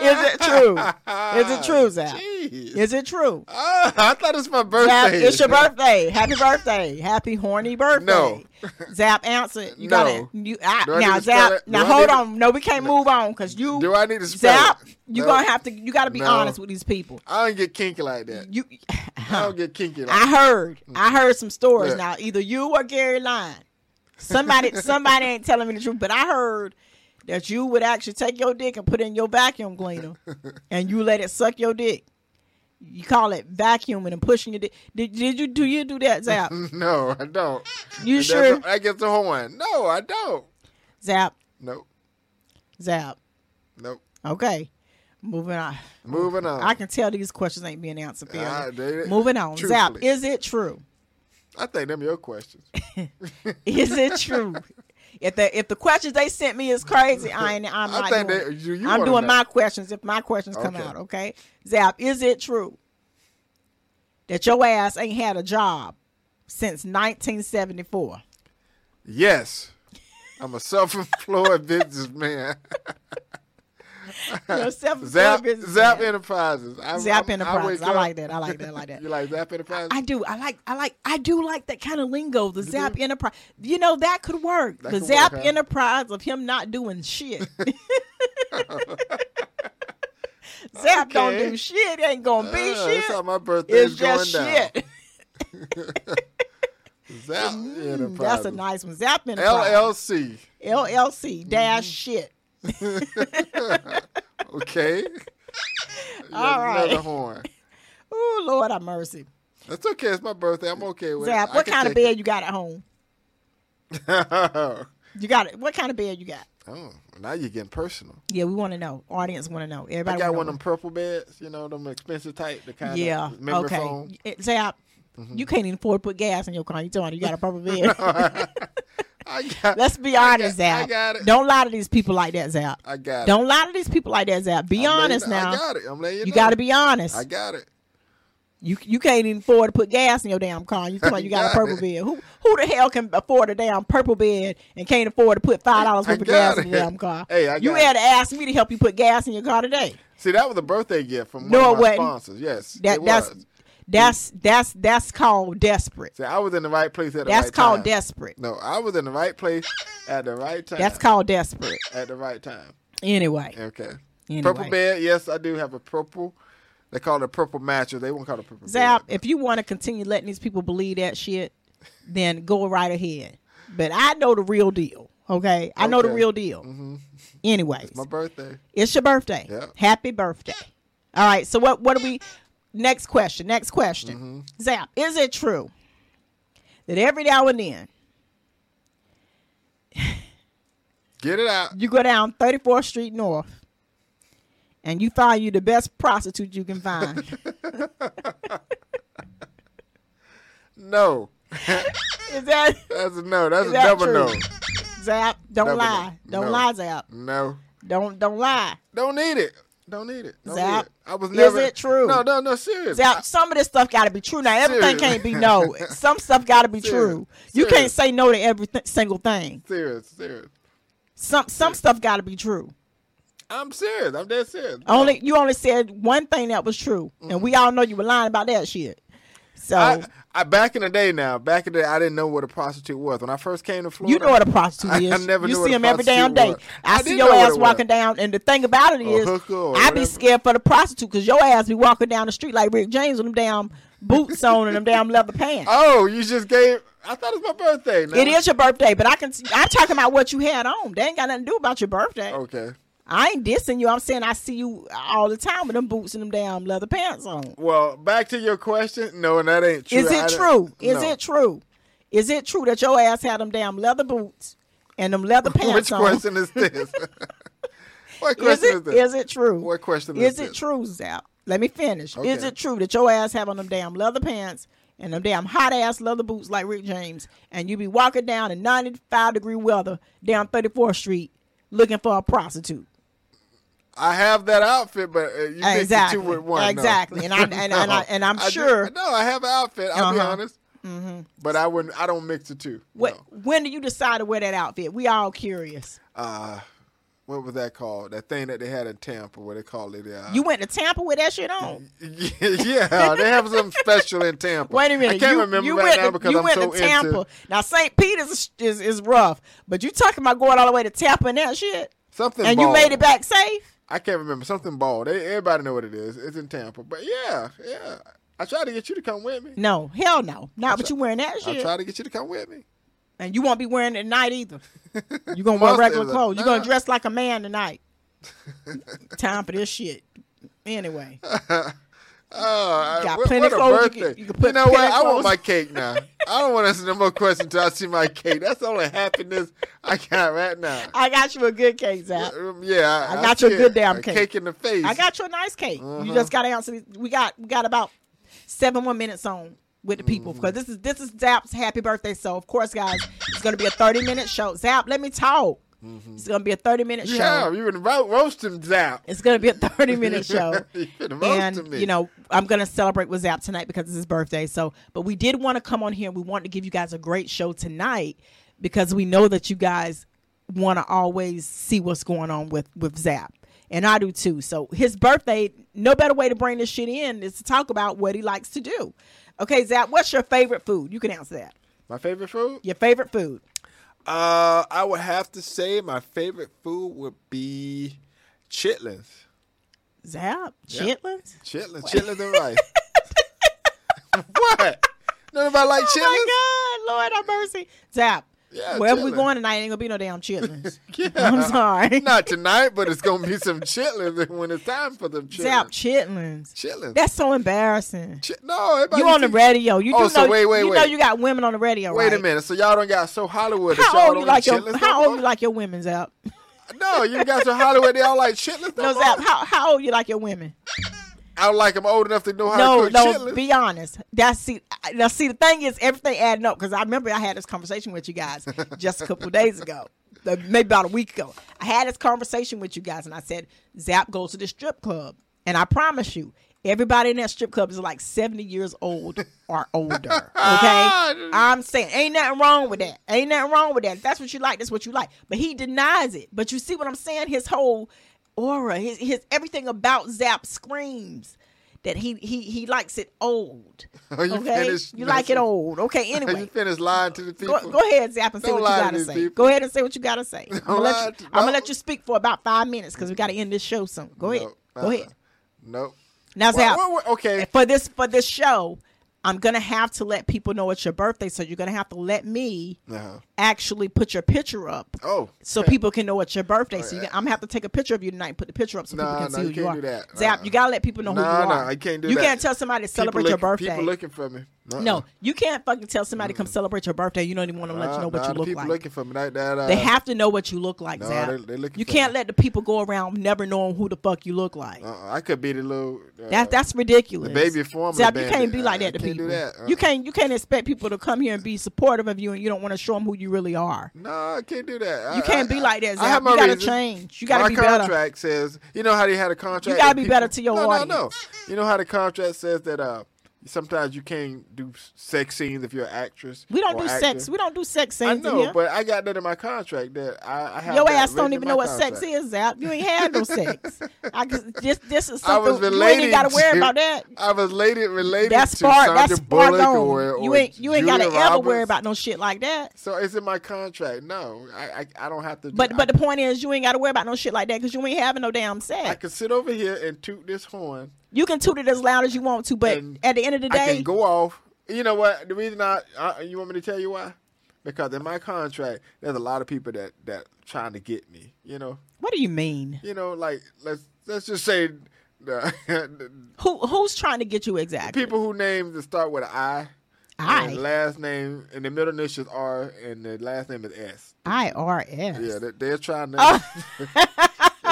[SPEAKER 1] is it
[SPEAKER 2] [LAUGHS]
[SPEAKER 1] true? Is it true, Zap?
[SPEAKER 2] Jeez.
[SPEAKER 1] Is it true?
[SPEAKER 2] Ah, I thought it was my birthday.
[SPEAKER 1] Zap, it's
[SPEAKER 2] [LAUGHS]
[SPEAKER 1] your birthday. Happy birthday. Happy horny birthday.
[SPEAKER 2] No.
[SPEAKER 1] [LAUGHS] Zap, answer. it. You
[SPEAKER 2] No.
[SPEAKER 1] gotta. You, I,
[SPEAKER 2] Do I need
[SPEAKER 1] now,
[SPEAKER 2] to spell
[SPEAKER 1] Zap.
[SPEAKER 2] it? Do
[SPEAKER 1] Now,
[SPEAKER 2] I
[SPEAKER 1] hold
[SPEAKER 2] need to-
[SPEAKER 1] on. No, we can't move on because you.
[SPEAKER 2] Do I need to spell
[SPEAKER 1] Zap,
[SPEAKER 2] it?
[SPEAKER 1] you
[SPEAKER 2] No.
[SPEAKER 1] gonna have to. You gotta be
[SPEAKER 2] No.
[SPEAKER 1] honest with these people.
[SPEAKER 2] I don't get kinky like that. [LAUGHS]
[SPEAKER 1] You. [SIGHS]
[SPEAKER 2] I don't get kinky
[SPEAKER 1] [LAUGHS]
[SPEAKER 2] like [LAUGHS]
[SPEAKER 1] I heard. I heard some stories.
[SPEAKER 2] Mm. Yeah.
[SPEAKER 1] Now, either you or Gary Line.
[SPEAKER 2] [LAUGHS]
[SPEAKER 1] Somebody. somebody ain't telling me the truth, but I heard. That you would actually take your dick and put it in your vacuum
[SPEAKER 2] [LAUGHS]
[SPEAKER 1] cleaner, and you let it suck your dick. You call it vacuuming and pushing your dick. Did, did you do you do that,
[SPEAKER 2] [LAUGHS]
[SPEAKER 1] Zap?
[SPEAKER 2] No, I don't.
[SPEAKER 1] You
[SPEAKER 2] That's
[SPEAKER 1] sure?
[SPEAKER 2] a- I get the horn. No, I don't.
[SPEAKER 1] Zap,
[SPEAKER 2] Nope.
[SPEAKER 1] zap.
[SPEAKER 2] Nope.
[SPEAKER 1] Okay. Moving on.
[SPEAKER 2] Moving on.
[SPEAKER 1] I can tell these questions ain't being answered. Barry.
[SPEAKER 2] Ah, they-
[SPEAKER 1] Moving on. Zap,
[SPEAKER 2] truthfully.
[SPEAKER 1] is it true?
[SPEAKER 2] I think them your questions.
[SPEAKER 1] Is it true? if the if the questions they sent me is crazy, I ain't, I'm
[SPEAKER 2] I
[SPEAKER 1] not
[SPEAKER 2] think
[SPEAKER 1] doing.
[SPEAKER 2] that
[SPEAKER 1] it.
[SPEAKER 2] you, you
[SPEAKER 1] I'm
[SPEAKER 2] wanna
[SPEAKER 1] doing
[SPEAKER 2] know.
[SPEAKER 1] my questions if my questions come
[SPEAKER 2] Okay.
[SPEAKER 1] out. Okay. Zap, is it true that your ass ain't had a job since
[SPEAKER 2] [LAUGHS]
[SPEAKER 1] 1974?
[SPEAKER 2] Yes. I'm
[SPEAKER 1] [LAUGHS]
[SPEAKER 2] a self-employed businessman.
[SPEAKER 1] Your
[SPEAKER 2] Zap,
[SPEAKER 1] self-employed business
[SPEAKER 2] Zap
[SPEAKER 1] man.
[SPEAKER 2] Enterprises. I,
[SPEAKER 1] Zap
[SPEAKER 2] I'm- I wake
[SPEAKER 1] Enterprise. I
[SPEAKER 2] up-
[SPEAKER 1] like that. I like that.
[SPEAKER 2] [LAUGHS]
[SPEAKER 1] I like that.
[SPEAKER 2] You like Zap Enterprises?
[SPEAKER 1] I do. I like. I like. I do like that kind of lingo. The Zap Enterprise. You know that could work.
[SPEAKER 2] That
[SPEAKER 1] the
[SPEAKER 2] could
[SPEAKER 1] Zap
[SPEAKER 2] work, huh?
[SPEAKER 1] Enterprise of him not doing
[SPEAKER 2] [LAUGHS]
[SPEAKER 1] shit. [LAUGHS] Zap don't
[SPEAKER 2] Okay.
[SPEAKER 1] do shit. Ain't gonna be
[SPEAKER 2] Ah, That's how
[SPEAKER 1] shit.
[SPEAKER 2] my birthday
[SPEAKER 1] It's
[SPEAKER 2] is going
[SPEAKER 1] just
[SPEAKER 2] down.
[SPEAKER 1] shit. Mm,
[SPEAKER 2] Zap Enterprises.
[SPEAKER 1] [LAUGHS] That's a nice one. Zap Enterprise.
[SPEAKER 2] LLC. Mm-hmm.
[SPEAKER 1] LLC dash shit. [LAUGHS]
[SPEAKER 2] Okay.
[SPEAKER 1] All right.
[SPEAKER 2] Another horn.
[SPEAKER 1] Oh Lord, have mercy.
[SPEAKER 2] That's okay. It's my birthday. I'm okay with
[SPEAKER 1] Zap,
[SPEAKER 2] it. I
[SPEAKER 1] what
[SPEAKER 2] can
[SPEAKER 1] kind of
[SPEAKER 2] take
[SPEAKER 1] bed you got at home?
[SPEAKER 2] it.
[SPEAKER 1] You got it. What kind of bed you got?
[SPEAKER 2] [LAUGHS] oh, now you're getting personal.
[SPEAKER 1] Yeah, we want to know. Audience want to know. Everybody
[SPEAKER 2] I got
[SPEAKER 1] wanna
[SPEAKER 2] one of
[SPEAKER 1] know.
[SPEAKER 2] them purple beds, you know, them expensive type, the kind
[SPEAKER 1] Yeah.
[SPEAKER 2] of member
[SPEAKER 1] Okay.
[SPEAKER 2] foam. Mm-hmm. [LAUGHS]
[SPEAKER 1] Y- Zap, you can't even afford to put gas in your car. You telling me you got a purple bed?
[SPEAKER 2] I I got-
[SPEAKER 1] Let's be
[SPEAKER 2] I got-
[SPEAKER 1] honest,
[SPEAKER 2] I
[SPEAKER 1] Zap.
[SPEAKER 2] got it.
[SPEAKER 1] Don't lie to these people like that, Zap.
[SPEAKER 2] I got it.
[SPEAKER 1] Don't lie to these people like that, Zap. Be
[SPEAKER 2] I'm letting
[SPEAKER 1] honest
[SPEAKER 2] you know-
[SPEAKER 1] now.
[SPEAKER 2] I got it. I'm letting you
[SPEAKER 1] you
[SPEAKER 2] know.
[SPEAKER 1] got to be honest.
[SPEAKER 2] I got it.
[SPEAKER 1] You you can't even afford to put gas in your damn car. You talking
[SPEAKER 2] [LAUGHS]
[SPEAKER 1] about you got a purple bed? Who who the hell can afford a damn purple bed and can't afford to put five dollars
[SPEAKER 2] I
[SPEAKER 1] worth of
[SPEAKER 2] got
[SPEAKER 1] gas in
[SPEAKER 2] it.
[SPEAKER 1] your damn car?
[SPEAKER 2] Hey, I
[SPEAKER 1] you
[SPEAKER 2] got
[SPEAKER 1] had to ask me to help you put gas in your car today.
[SPEAKER 2] See, that was a birthday gift from one
[SPEAKER 1] No,
[SPEAKER 2] of
[SPEAKER 1] it
[SPEAKER 2] my
[SPEAKER 1] wasn't.
[SPEAKER 2] sponsors. Yes,
[SPEAKER 1] That
[SPEAKER 2] it
[SPEAKER 1] that's
[SPEAKER 2] was.
[SPEAKER 1] that's that's that's called desperate.
[SPEAKER 2] See, I was in the right place at the
[SPEAKER 1] That's
[SPEAKER 2] right time.
[SPEAKER 1] called desperate.
[SPEAKER 2] No, I was in the right place at the right
[SPEAKER 1] [LAUGHS]
[SPEAKER 2] time.
[SPEAKER 1] That's called desperate.
[SPEAKER 2] at the right time.
[SPEAKER 1] Anyway,
[SPEAKER 2] Okay.
[SPEAKER 1] Anyway.
[SPEAKER 2] Purple bed. Yes, I do have a purple. They call it a purple mattress. They won't call it a purple
[SPEAKER 1] Zap,
[SPEAKER 2] bed.
[SPEAKER 1] if you want to continue letting these people believe that shit, then go right ahead. But I know the real deal. Okay, I know the
[SPEAKER 2] Okay. Mm-hmm.
[SPEAKER 1] real deal. Anyways,
[SPEAKER 2] My birthday.
[SPEAKER 1] It's your birthday.
[SPEAKER 2] Yeah.
[SPEAKER 1] Happy birthday. All right. So what what do we next question? Next question.
[SPEAKER 2] Mm-hmm.
[SPEAKER 1] Zap, is it true that every now and then
[SPEAKER 2] Get it out.
[SPEAKER 1] you go down 34th Street North and you find you the best prostitute you can find?
[SPEAKER 2] [LAUGHS] No.
[SPEAKER 1] is that
[SPEAKER 2] That's a no. That's
[SPEAKER 1] Is
[SPEAKER 2] a
[SPEAKER 1] that
[SPEAKER 2] double
[SPEAKER 1] true?
[SPEAKER 2] no.
[SPEAKER 1] Zap? Don't
[SPEAKER 2] Double
[SPEAKER 1] lie.
[SPEAKER 2] no.
[SPEAKER 1] Don't
[SPEAKER 2] No.
[SPEAKER 1] lie, Zap.
[SPEAKER 2] No.
[SPEAKER 1] Don't don't lie.
[SPEAKER 2] Don't need it. Don't need it. Don't
[SPEAKER 1] Zap,
[SPEAKER 2] need it. I was
[SPEAKER 1] is
[SPEAKER 2] never.
[SPEAKER 1] it true?
[SPEAKER 2] No, no, no. Serious.
[SPEAKER 1] Zap, some of this stuff got to be true. Now everything
[SPEAKER 2] Serious.
[SPEAKER 1] can't be
[SPEAKER 2] [LAUGHS]
[SPEAKER 1] no. Some stuff got to be
[SPEAKER 2] Serious.
[SPEAKER 1] true. You
[SPEAKER 2] Serious.
[SPEAKER 1] can't say no to every th- single thing.
[SPEAKER 2] serious. Serious.
[SPEAKER 1] Some some stuff got to be true.
[SPEAKER 2] I'm serious. I'm dead serious.
[SPEAKER 1] Only you only said one thing that was true, and we all know you were lying about that shit. So
[SPEAKER 2] Mm-hmm. I, I back in the day now. Back in the day, I didn't know what a prostitute was when I first came to Florida.
[SPEAKER 1] you know what a prostitute
[SPEAKER 2] I-
[SPEAKER 1] is.
[SPEAKER 2] I never
[SPEAKER 1] you
[SPEAKER 2] knew
[SPEAKER 1] see
[SPEAKER 2] what a
[SPEAKER 1] them every damn day.
[SPEAKER 2] prostitute was.
[SPEAKER 1] I,
[SPEAKER 2] I
[SPEAKER 1] see
[SPEAKER 2] didn't
[SPEAKER 1] your
[SPEAKER 2] know what
[SPEAKER 1] ass
[SPEAKER 2] it
[SPEAKER 1] walking down, and the thing about it
[SPEAKER 2] Or
[SPEAKER 1] is,
[SPEAKER 2] hooker or
[SPEAKER 1] I be
[SPEAKER 2] whatever.
[SPEAKER 1] scared for the prostitute because your ass be walking down the street like Rick James with them damn
[SPEAKER 2] [LAUGHS]
[SPEAKER 1] boots on and them damn leather pants.
[SPEAKER 2] Oh, you just gave. I thought it was my birthday. Now.
[SPEAKER 1] It is your birthday, but I can. See, I'm talking about what you had on. They ain't got nothing to do about your birthday.
[SPEAKER 2] Okay.
[SPEAKER 1] I ain't dissing you. I'm saying I see you all the time with them boots and them damn leather pants on.
[SPEAKER 2] Well, back to your question. No, and that ain't true.
[SPEAKER 1] Is
[SPEAKER 2] I
[SPEAKER 1] it
[SPEAKER 2] didn't-
[SPEAKER 1] true? Is
[SPEAKER 2] no.
[SPEAKER 1] it true? Is it true that your ass had them damn leather boots and them leather pants
[SPEAKER 2] [LAUGHS] Which
[SPEAKER 1] on?
[SPEAKER 2] question is this? [LAUGHS] what
[SPEAKER 1] Is
[SPEAKER 2] question is,
[SPEAKER 1] it,
[SPEAKER 2] this?
[SPEAKER 1] is it true?
[SPEAKER 2] What question
[SPEAKER 1] is
[SPEAKER 2] is
[SPEAKER 1] it
[SPEAKER 2] this?
[SPEAKER 1] true, Zap? Let me finish. Is
[SPEAKER 2] Okay.
[SPEAKER 1] it true that your ass have on them damn leather pants and them damn hot ass leather boots like Rick James, and you be walking down in 95 degree weather down 34th Street looking for a prostitute?
[SPEAKER 2] I have that outfit, but uh, you mixed
[SPEAKER 1] Exactly.
[SPEAKER 2] the two with one. No. [LAUGHS]
[SPEAKER 1] Exactly. And I- and- and I-
[SPEAKER 2] No.
[SPEAKER 1] and I'm
[SPEAKER 2] I do-
[SPEAKER 1] sure-
[SPEAKER 2] no, I have an outfit. I'll be
[SPEAKER 1] Uh-huh.
[SPEAKER 2] honest. But I wouldn't. I don't mix the two.
[SPEAKER 1] What,
[SPEAKER 2] No.
[SPEAKER 1] When do you decide to wear that outfit? We all curious.
[SPEAKER 2] Uh, what was that called? That thing that they had in Tampa, what they call it? Uh,
[SPEAKER 1] You went to Tampa with that shit on?
[SPEAKER 2] [LAUGHS] yeah, they have something special in Tampa.
[SPEAKER 1] Wait a minute.
[SPEAKER 2] I can't
[SPEAKER 1] you,
[SPEAKER 2] remember
[SPEAKER 1] you
[SPEAKER 2] right
[SPEAKER 1] went
[SPEAKER 2] now
[SPEAKER 1] to,
[SPEAKER 2] because
[SPEAKER 1] you
[SPEAKER 2] I'm
[SPEAKER 1] went
[SPEAKER 2] so
[SPEAKER 1] to Tampa.
[SPEAKER 2] into
[SPEAKER 1] Now St. Peter's is, is is rough, but you talking about going all the way to Tampa and that shit,
[SPEAKER 2] something.
[SPEAKER 1] and
[SPEAKER 2] ball.
[SPEAKER 1] you made it back safe.
[SPEAKER 2] I can't remember something ball. They, everybody know what it is. It's in Tampa, but yeah, yeah. I tried to get you to come with me.
[SPEAKER 1] No, hell no, not with you wearing that
[SPEAKER 2] I
[SPEAKER 1] shit,
[SPEAKER 2] tried to get you to come with me.
[SPEAKER 1] and you won't be wearing it tonight
[SPEAKER 2] [LAUGHS]
[SPEAKER 1] either. You gonna wear
[SPEAKER 2] Must
[SPEAKER 1] regular
[SPEAKER 2] is a-
[SPEAKER 1] clothes. You gonna
[SPEAKER 2] nah.
[SPEAKER 1] dress like a man
[SPEAKER 2] [LAUGHS]
[SPEAKER 1] tonight. Time for this shit. Anyway,
[SPEAKER 2] Oh,
[SPEAKER 1] Got
[SPEAKER 2] what,
[SPEAKER 1] plenty
[SPEAKER 2] what a
[SPEAKER 1] clothes you
[SPEAKER 2] birthday!
[SPEAKER 1] can- you can put
[SPEAKER 2] know what?
[SPEAKER 1] plenty
[SPEAKER 2] I
[SPEAKER 1] clothes.
[SPEAKER 2] want my cake now. I don't want to answer no more questions until I see my cake. That's the only happiness I got right now.
[SPEAKER 1] I got you a good cake, Zap.
[SPEAKER 2] Um, yeah,
[SPEAKER 1] I got you a
[SPEAKER 2] see
[SPEAKER 1] good
[SPEAKER 2] it.
[SPEAKER 1] damn
[SPEAKER 2] A
[SPEAKER 1] cake.
[SPEAKER 2] Cake in the face.
[SPEAKER 1] I got you a nice cake. You just got to answer. These. We got we got about seven more minutes on with the people because this is this is Zap's happy birthday. So of course, guys, it's gonna be a thirty minute show. Zap, let me talk. It's gonna be a thirty minute
[SPEAKER 2] you.
[SPEAKER 1] show.
[SPEAKER 2] Have. You been ro- roasting Zap.
[SPEAKER 1] It's gonna be a thirty
[SPEAKER 2] [LAUGHS]
[SPEAKER 1] minute show.
[SPEAKER 2] you been roasting
[SPEAKER 1] And
[SPEAKER 2] me.
[SPEAKER 1] you know I'm gonna celebrate with Zap tonight because it's his birthday. So, but we did want to come on here. and We wanted to give you guys a great show tonight because we know that you guys want to always see what's going on with with Zap, and I do too. So his birthday, no better way to bring this shit in is to talk about what he likes to do. Okay, Zap, what's your favorite food? You can answer that.
[SPEAKER 2] my favorite food.
[SPEAKER 1] Your favorite food?
[SPEAKER 2] Uh, I would have to say my favorite food would be chitlins.
[SPEAKER 1] Zap,
[SPEAKER 2] Yeah.
[SPEAKER 1] chitlins.
[SPEAKER 2] Chitlins, chitlins and rice.
[SPEAKER 1] [LAUGHS]
[SPEAKER 2] what? Nobody like chitlins?
[SPEAKER 1] Oh my God, Lord have mercy. Zap.
[SPEAKER 2] Yeah,
[SPEAKER 1] Wherever we
[SPEAKER 2] chitlin'.
[SPEAKER 1] going tonight, ain't gonna be no damn
[SPEAKER 2] [LAUGHS]
[SPEAKER 1] chitlins.
[SPEAKER 2] Yeah.
[SPEAKER 1] I'm sorry.
[SPEAKER 2] Not tonight, but it's gonna be some chitlins when it's time for them chitlins.
[SPEAKER 1] Zap chitlins.
[SPEAKER 2] Chitlins.
[SPEAKER 1] That's so embarrassing.
[SPEAKER 2] Chi- no, everybody
[SPEAKER 1] You on the
[SPEAKER 2] think-
[SPEAKER 1] radio. You
[SPEAKER 2] Oh,
[SPEAKER 1] do
[SPEAKER 2] so
[SPEAKER 1] know,
[SPEAKER 2] wait, wait,
[SPEAKER 1] you
[SPEAKER 2] wait.
[SPEAKER 1] know you got women on the radio.
[SPEAKER 2] Wait a
[SPEAKER 1] right?
[SPEAKER 2] minute. So y'all don't got so Hollywood. that y'all
[SPEAKER 1] How old you
[SPEAKER 2] don't
[SPEAKER 1] like
[SPEAKER 2] eat
[SPEAKER 1] your
[SPEAKER 2] chitlins
[SPEAKER 1] how
[SPEAKER 2] no
[SPEAKER 1] old you
[SPEAKER 2] more?
[SPEAKER 1] like your women,
[SPEAKER 2] [LAUGHS]
[SPEAKER 1] Zap?
[SPEAKER 2] No, you got so Hollywood. They all like chitlins.
[SPEAKER 1] No,
[SPEAKER 2] more?
[SPEAKER 1] Zap, how how old you like your women?
[SPEAKER 2] I don't like I'm old enough to know how
[SPEAKER 1] no,
[SPEAKER 2] to cook
[SPEAKER 1] no.
[SPEAKER 2] chitlins.
[SPEAKER 1] Be honest. That's see. I- Now, see, the thing is, everything adding up because I remember I had this conversation with you
[SPEAKER 2] [LAUGHS]
[SPEAKER 1] guys just a couple of days ago, uh, maybe about a week ago. I had this conversation with you guys, and I said, "Zap goes to the strip club," and I promise you, everybody in that strip club is like seventy years old or
[SPEAKER 2] [LAUGHS]
[SPEAKER 1] older. Okay,
[SPEAKER 2] Ah,
[SPEAKER 1] I'm saying, ain't nothing wrong with that. Ain't nothing wrong with that. If that's what you like. That's what you like. But he denies it. But you see what I'm saying? His whole aura, his his everything about Zap screams that he he he likes it
[SPEAKER 2] [LAUGHS]
[SPEAKER 1] old.
[SPEAKER 2] Oh, you
[SPEAKER 1] okay,
[SPEAKER 2] finished-
[SPEAKER 1] you like it old. Okay,
[SPEAKER 2] you
[SPEAKER 1] anyway,
[SPEAKER 2] finish lying to the people.
[SPEAKER 1] go, go ahead, Zap, and say
[SPEAKER 2] Don't
[SPEAKER 1] what
[SPEAKER 2] lie
[SPEAKER 1] you
[SPEAKER 2] to
[SPEAKER 1] gotta
[SPEAKER 2] these
[SPEAKER 1] say.
[SPEAKER 2] people.
[SPEAKER 1] Go ahead and say what you gotta
[SPEAKER 2] [LAUGHS]
[SPEAKER 1] say. I'm gonna,
[SPEAKER 2] lie
[SPEAKER 1] let
[SPEAKER 2] to-
[SPEAKER 1] you, I'm
[SPEAKER 2] no.
[SPEAKER 1] gonna let you speak for about five minutes because we gotta end this show soon. Go ahead,
[SPEAKER 2] No,
[SPEAKER 1] go
[SPEAKER 2] uh-uh.
[SPEAKER 1] ahead.
[SPEAKER 2] Nope.
[SPEAKER 1] Now,
[SPEAKER 2] Well,
[SPEAKER 1] Zap,
[SPEAKER 2] well, well, okay.
[SPEAKER 1] [LAUGHS] for this for this show, I'm gonna have to let people know it's your birthday, so you're gonna have to let me
[SPEAKER 2] Uh-huh.
[SPEAKER 1] actually put your picture up.
[SPEAKER 2] Oh,
[SPEAKER 1] So people can know it's your birthday. So you can, I'm gonna have to take a picture of you tonight and put the picture up so
[SPEAKER 2] Nah,
[SPEAKER 1] people can
[SPEAKER 2] nah,
[SPEAKER 1] see who
[SPEAKER 2] you
[SPEAKER 1] you
[SPEAKER 2] can't
[SPEAKER 1] are.
[SPEAKER 2] do that.
[SPEAKER 1] Zap,
[SPEAKER 2] Uh-uh.
[SPEAKER 1] you gotta let people know who
[SPEAKER 2] Nah,
[SPEAKER 1] you are.
[SPEAKER 2] nah, I can't do
[SPEAKER 1] you
[SPEAKER 2] that.
[SPEAKER 1] can't tell somebody to celebrate
[SPEAKER 2] people
[SPEAKER 1] your
[SPEAKER 2] look-
[SPEAKER 1] birthday.
[SPEAKER 2] People looking for me. Uh-uh.
[SPEAKER 1] No, you can't fucking tell somebody to come celebrate your birthday. You don't even want to let you
[SPEAKER 2] Nah,
[SPEAKER 1] know what
[SPEAKER 2] nah,
[SPEAKER 1] you
[SPEAKER 2] the
[SPEAKER 1] look
[SPEAKER 2] people
[SPEAKER 1] like.
[SPEAKER 2] looking for me. That, that, uh,
[SPEAKER 1] they have to know what you look like,
[SPEAKER 2] No,
[SPEAKER 1] Zap.
[SPEAKER 2] they- they looking
[SPEAKER 1] you
[SPEAKER 2] for
[SPEAKER 1] can't
[SPEAKER 2] me.
[SPEAKER 1] let the people go around never knowing who the fuck you look like.
[SPEAKER 2] uh-uh. I could be the little. Uh,
[SPEAKER 1] That that's ridiculous.
[SPEAKER 2] baby formula
[SPEAKER 1] Zap, you
[SPEAKER 2] bandit.
[SPEAKER 1] can't be like
[SPEAKER 2] I-
[SPEAKER 1] that to
[SPEAKER 2] I can't do
[SPEAKER 1] people.
[SPEAKER 2] that. Uh-uh.
[SPEAKER 1] You can't you can't expect people to come here and be supportive of you, and you don't want to show them who you really are.
[SPEAKER 2] No, I can't do that.
[SPEAKER 1] You
[SPEAKER 2] I-
[SPEAKER 1] can't
[SPEAKER 2] I-
[SPEAKER 1] be like that,
[SPEAKER 2] I have
[SPEAKER 1] Zap.
[SPEAKER 2] my
[SPEAKER 1] You gotta
[SPEAKER 2] reasons.
[SPEAKER 1] change. You gotta
[SPEAKER 2] my
[SPEAKER 1] be
[SPEAKER 2] contract
[SPEAKER 1] better.
[SPEAKER 2] says, you know how they had a contract.
[SPEAKER 1] You gotta
[SPEAKER 2] that
[SPEAKER 1] be
[SPEAKER 2] people-
[SPEAKER 1] better to your
[SPEAKER 2] no, No, no,
[SPEAKER 1] audience.
[SPEAKER 2] You know how the contract says that uh, sometimes you can't do sex scenes if you're an actress.
[SPEAKER 1] We don't
[SPEAKER 2] or
[SPEAKER 1] do
[SPEAKER 2] actor.
[SPEAKER 1] sex. We don't do sex scenes
[SPEAKER 2] I
[SPEAKER 1] in
[SPEAKER 2] know,
[SPEAKER 1] here.
[SPEAKER 2] but I got that in my contract that I, I have.
[SPEAKER 1] Your
[SPEAKER 2] that
[SPEAKER 1] ass
[SPEAKER 2] written
[SPEAKER 1] don't
[SPEAKER 2] in
[SPEAKER 1] even
[SPEAKER 2] my
[SPEAKER 1] know what
[SPEAKER 2] contract.
[SPEAKER 1] sex is, Zap. You ain't had
[SPEAKER 2] [LAUGHS]
[SPEAKER 1] no sex. I, could- this this is
[SPEAKER 2] I was
[SPEAKER 1] something you
[SPEAKER 2] related.
[SPEAKER 1] ain't even gotta worry
[SPEAKER 2] to-
[SPEAKER 1] about that.
[SPEAKER 2] I was related related
[SPEAKER 1] That's
[SPEAKER 2] to
[SPEAKER 1] far.
[SPEAKER 2] Sandra
[SPEAKER 1] That's far
[SPEAKER 2] Bullock
[SPEAKER 1] gone.
[SPEAKER 2] or, or
[SPEAKER 1] you ain't you ain't gotta
[SPEAKER 2] Julia
[SPEAKER 1] ever worry
[SPEAKER 2] Roberts.
[SPEAKER 1] about no shit like that.
[SPEAKER 2] So it's in my contract. No, I I, I don't have to. do-
[SPEAKER 1] But
[SPEAKER 2] I,
[SPEAKER 1] but the point is, you ain't gotta worry about no shit like that because you ain't having no damn
[SPEAKER 2] I
[SPEAKER 1] sex.
[SPEAKER 2] can sit over here and toot this horn.
[SPEAKER 1] You can toot it as loud as you want to, but
[SPEAKER 2] And
[SPEAKER 1] at the end of the
[SPEAKER 2] I
[SPEAKER 1] day,
[SPEAKER 2] can go off. You know what? The reason I, I you want me to tell you why? Because in my contract, there's a lot of people that that trying to get me. You know,
[SPEAKER 1] what do you mean?
[SPEAKER 2] you know, like let's let's just say the, [LAUGHS] the
[SPEAKER 1] Who who's trying to get you exactly?
[SPEAKER 2] people who names that start with an I.
[SPEAKER 1] I.
[SPEAKER 2] and last name and the middle initials are and the last name is S.
[SPEAKER 1] I R S.
[SPEAKER 2] Yeah, they, they're trying to.
[SPEAKER 1] Oh,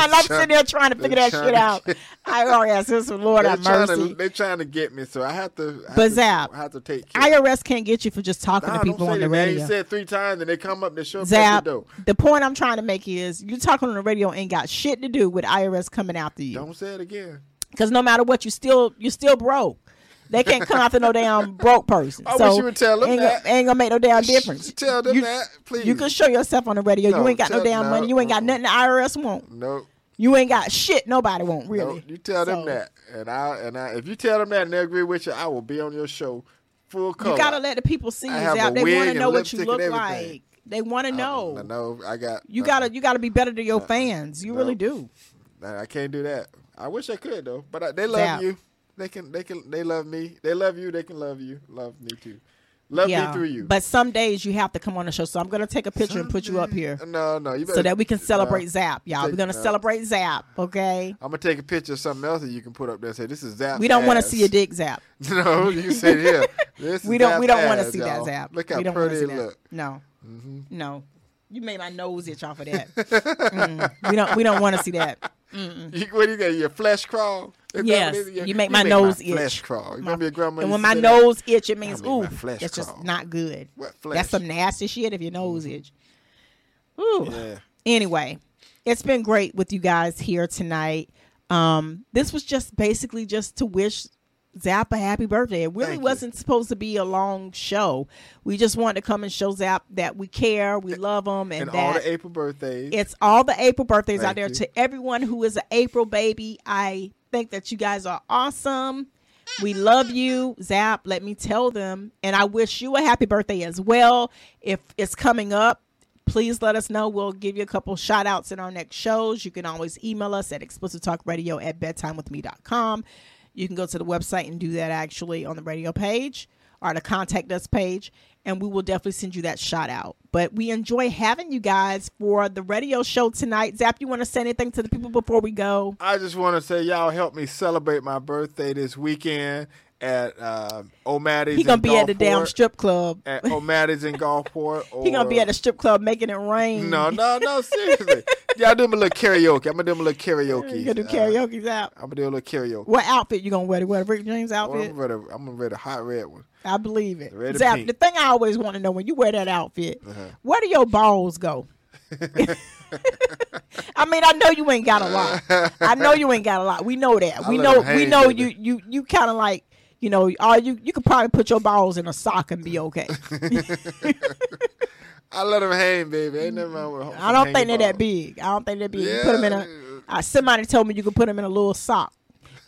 [SPEAKER 1] And I'm sitting there trying to figure that
[SPEAKER 2] they're
[SPEAKER 1] shit
[SPEAKER 2] trying
[SPEAKER 1] out.
[SPEAKER 2] [LAUGHS] to-
[SPEAKER 1] I R S. This is Lord
[SPEAKER 2] they're
[SPEAKER 1] have
[SPEAKER 2] trying to.
[SPEAKER 1] mercy.
[SPEAKER 2] They're trying to get me, so I have to. I have
[SPEAKER 1] But
[SPEAKER 2] to,
[SPEAKER 1] Zap,
[SPEAKER 2] I have to take. Care.
[SPEAKER 1] IRS can't get you for just talking
[SPEAKER 2] Nah,
[SPEAKER 1] to people
[SPEAKER 2] don't say
[SPEAKER 1] on the
[SPEAKER 2] that, man.
[SPEAKER 1] radio.
[SPEAKER 2] You said three times, and they come up and they show up at
[SPEAKER 1] Zap.
[SPEAKER 2] the door.
[SPEAKER 1] The point I'm trying to make is you talking on the radio ain't got shit to do with IRS coming after you.
[SPEAKER 2] Don't say it again.
[SPEAKER 1] Because no matter what, you still you still broke. They can't come after
[SPEAKER 2] [LAUGHS]
[SPEAKER 1] no damn broke person.
[SPEAKER 2] I wish
[SPEAKER 1] so
[SPEAKER 2] you would tell them
[SPEAKER 1] ain't, gonna-
[SPEAKER 2] that.
[SPEAKER 1] ain't gonna make no damn difference.
[SPEAKER 2] Tell them
[SPEAKER 1] you,
[SPEAKER 2] that, please.
[SPEAKER 1] You can show yourself on the radio.
[SPEAKER 2] No,
[SPEAKER 1] you ain't got no
[SPEAKER 2] tell-
[SPEAKER 1] damn
[SPEAKER 2] no,
[SPEAKER 1] money. You ain't got
[SPEAKER 2] mm-mm.
[SPEAKER 1] nothing the IRS want.
[SPEAKER 2] no,
[SPEAKER 1] You ain't got shit. Nobody want really.
[SPEAKER 2] no. You tell
[SPEAKER 1] So,
[SPEAKER 2] them that, and I and I. If you tell them that and they agree with you, I will be on your show full color.
[SPEAKER 1] You gotta let the people see you.
[SPEAKER 2] I have
[SPEAKER 1] Zap.
[SPEAKER 2] a
[SPEAKER 1] They
[SPEAKER 2] wig
[SPEAKER 1] want to
[SPEAKER 2] and
[SPEAKER 1] know what you
[SPEAKER 2] lipstick and
[SPEAKER 1] look
[SPEAKER 2] everything. Uh,
[SPEAKER 1] like. They want to know.
[SPEAKER 2] No, no, I got.
[SPEAKER 1] You
[SPEAKER 2] no,
[SPEAKER 1] gotta you gotta be better to your fans. You really
[SPEAKER 2] No.
[SPEAKER 1] do.
[SPEAKER 2] no, I can't do that. I wish I could though, but I, they love
[SPEAKER 1] Zap.
[SPEAKER 2] you. They can. They can. They love me. They love you. They can love you. Love me too. Love me through you.
[SPEAKER 1] But some days you have to come on the show. So I'm gonna take a picture and put you up here
[SPEAKER 2] no, no. You better,
[SPEAKER 1] so that we can celebrate Zap, y'all.
[SPEAKER 2] take-
[SPEAKER 1] We're gonna
[SPEAKER 2] no.
[SPEAKER 1] celebrate Zap, okay?
[SPEAKER 2] I'm gonna take a picture of something else that you can put up there. and Say this is Zap.
[SPEAKER 1] We don't want to
[SPEAKER 2] ass."
[SPEAKER 1] see a dick Zap.
[SPEAKER 2] [LAUGHS] No, you can say
[SPEAKER 1] [LAUGHS]
[SPEAKER 2] it here. This
[SPEAKER 1] We
[SPEAKER 2] is
[SPEAKER 1] don't we
[SPEAKER 2] Zap's
[SPEAKER 1] don't want to
[SPEAKER 2] ass,
[SPEAKER 1] see that
[SPEAKER 2] y'all.
[SPEAKER 1] Zap.
[SPEAKER 2] Look how
[SPEAKER 1] we don't wanna
[SPEAKER 2] pretty
[SPEAKER 1] see
[SPEAKER 2] it
[SPEAKER 1] that.
[SPEAKER 2] look. Mm-hmm.
[SPEAKER 1] No, no. You made my nose itch off of
[SPEAKER 2] [LAUGHS]
[SPEAKER 1] that. Mm. We don't we don't want to see that.
[SPEAKER 2] You, what do you get? Your flesh crawl? Is that what
[SPEAKER 1] Yes,
[SPEAKER 2] it is?
[SPEAKER 1] you make my nose itch.
[SPEAKER 2] Flesh crawl. You remember your grandma?
[SPEAKER 1] and
[SPEAKER 2] used
[SPEAKER 1] when
[SPEAKER 2] to
[SPEAKER 1] my
[SPEAKER 2] say that?
[SPEAKER 1] nose itch, it means
[SPEAKER 2] I mean,
[SPEAKER 1] ooh,
[SPEAKER 2] my flesh
[SPEAKER 1] that's just
[SPEAKER 2] crawl.
[SPEAKER 1] not good.
[SPEAKER 2] What flesh? Mm-hmm.
[SPEAKER 1] That's some nasty shit if your nose itch. Ooh.
[SPEAKER 2] Yeah.
[SPEAKER 1] anyway, it's been great with you guys here tonight. Um, this was just basically just to wish Zap a happy birthday. It really
[SPEAKER 2] Thank you.
[SPEAKER 1] wasn't supposed to be a long show. We just wanted to come and show Zap that we care, we love him, and,
[SPEAKER 2] And
[SPEAKER 1] that
[SPEAKER 2] all the April birthdays.
[SPEAKER 1] it's all the April birthdays out
[SPEAKER 2] Mm-hmm. Thank
[SPEAKER 1] there.
[SPEAKER 2] you.
[SPEAKER 1] To everyone who is an April baby, I think that you guys are awesome. We love you, Zap. Let me tell them. And I wish you a happy birthday as well. If it's coming up, please let us know. We'll give you a couple shout outs in our next shows. You can always email us at explicittalkradio at bedtimewithme.com. You can go to the website and do that actually on the radio page or the contact us page and we will definitely send you that shout out but we enjoy having you guys for the radio show tonight zap you want to say anything to the people before we go
[SPEAKER 2] I just want to say, y'all help me celebrate my birthday this weekend at um, O'Maddy's.
[SPEAKER 1] he gonna
[SPEAKER 2] in
[SPEAKER 1] be at the
[SPEAKER 2] Gulfport,
[SPEAKER 1] damn strip club [LAUGHS]
[SPEAKER 2] At O'Maddy's in Gulfport. Or,
[SPEAKER 1] he gonna be at a strip club making it rain [LAUGHS]
[SPEAKER 2] No, no, no. Seriously, Y'all do them a little karaoke. I'm gonna do them a little karaoke.
[SPEAKER 1] You gonna do
[SPEAKER 2] Uh,
[SPEAKER 1] karaoke's out.
[SPEAKER 2] I'm gonna do a little karaoke.
[SPEAKER 1] What outfit you gonna wear? To wear the Rick James
[SPEAKER 2] Well, I'm
[SPEAKER 1] outfit?
[SPEAKER 2] gonna wear the- I'm gonna wear the hot red one.
[SPEAKER 1] I believe it.
[SPEAKER 2] Red or
[SPEAKER 1] Zap,
[SPEAKER 2] pink?
[SPEAKER 1] the thing I always want to know when you wear that outfit,
[SPEAKER 2] Uh-huh.
[SPEAKER 1] where do your balls go?
[SPEAKER 2] [LAUGHS]
[SPEAKER 1] I mean, I know you ain't got a lot. I know you ain't got a lot. We know that.
[SPEAKER 2] I
[SPEAKER 1] we
[SPEAKER 2] let
[SPEAKER 1] know.
[SPEAKER 2] them
[SPEAKER 1] We
[SPEAKER 2] hang,
[SPEAKER 1] know
[SPEAKER 2] baby.
[SPEAKER 1] you. You. You kind of like. You know. All you. You could probably put your balls in a sock and be
[SPEAKER 2] [LAUGHS]
[SPEAKER 1] okay.
[SPEAKER 2] I let them hang, baby. Ain't nothing wrong with
[SPEAKER 1] I don't think
[SPEAKER 2] hanging
[SPEAKER 1] they're that
[SPEAKER 2] balls.
[SPEAKER 1] big. I don't think they're big. You put them in a.
[SPEAKER 2] Yeah.
[SPEAKER 1] Uh, somebody told me you could put them in a little sock.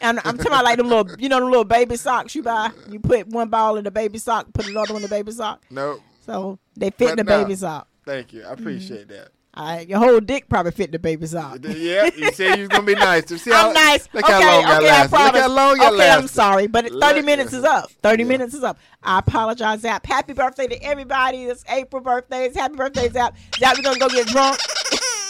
[SPEAKER 1] And I'm talking about like them little, you know, them little baby socks you buy. You put one ball in the baby sock, put another one in the baby sock.
[SPEAKER 2] Nope.
[SPEAKER 1] So they fit
[SPEAKER 2] But
[SPEAKER 1] the
[SPEAKER 2] nah.
[SPEAKER 1] baby sock.
[SPEAKER 2] Thank you. I
[SPEAKER 1] Mm-hmm.
[SPEAKER 2] appreciate that.
[SPEAKER 1] All right, your whole dick probably fit the baby sock.
[SPEAKER 2] Yeah, you said you was gonna be nice. See how,
[SPEAKER 1] I'm nice.
[SPEAKER 2] Look
[SPEAKER 1] okay,
[SPEAKER 2] how long y'all
[SPEAKER 1] okay, I
[SPEAKER 2] lasted.
[SPEAKER 1] promise.
[SPEAKER 2] Look how long y'all
[SPEAKER 1] okay, I'm
[SPEAKER 2] lasted.
[SPEAKER 1] sorry, but it- 30
[SPEAKER 2] Let-
[SPEAKER 1] minutes is up. 30
[SPEAKER 2] Yeah.
[SPEAKER 1] minutes is up. I apologize, Zap. Happy birthday to everybody. It's April birthdays. Happy birthday, Zap. Zap, we're gonna go get drunk.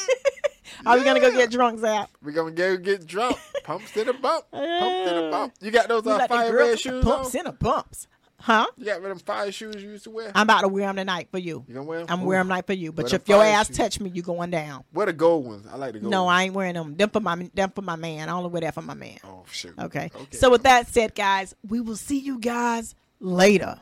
[SPEAKER 1] [LAUGHS] Are we gonna go
[SPEAKER 2] Yeah.
[SPEAKER 1] get drunk, Zap?
[SPEAKER 2] We're gonna go get drunk. Pumps to the bump. Pumps to
[SPEAKER 1] Yeah.
[SPEAKER 2] the bump. You got those
[SPEAKER 1] You
[SPEAKER 2] uh,
[SPEAKER 1] like the
[SPEAKER 2] fire
[SPEAKER 1] girls
[SPEAKER 2] red
[SPEAKER 1] with the
[SPEAKER 2] shoes
[SPEAKER 1] pumps
[SPEAKER 2] on?
[SPEAKER 1] in the pumps, huh?
[SPEAKER 2] You got rid of them fire shoes you used to wear?
[SPEAKER 1] I'm about to wear them tonight for you.
[SPEAKER 2] You gonna wear them?
[SPEAKER 1] I'm
[SPEAKER 2] Ooh.
[SPEAKER 1] wearing them tonight for you. But
[SPEAKER 2] Wear
[SPEAKER 1] if
[SPEAKER 2] them
[SPEAKER 1] your
[SPEAKER 2] fire
[SPEAKER 1] ass
[SPEAKER 2] shoes.
[SPEAKER 1] touch me, you going down.
[SPEAKER 2] Where the gold ones? I like the gold
[SPEAKER 1] No,
[SPEAKER 2] ones.
[SPEAKER 1] I ain't wearing them. Them for my them for my man. I only wear that for my man.
[SPEAKER 2] Oh, shoot.
[SPEAKER 1] Okay. So with that said, guys, we will see you guys later.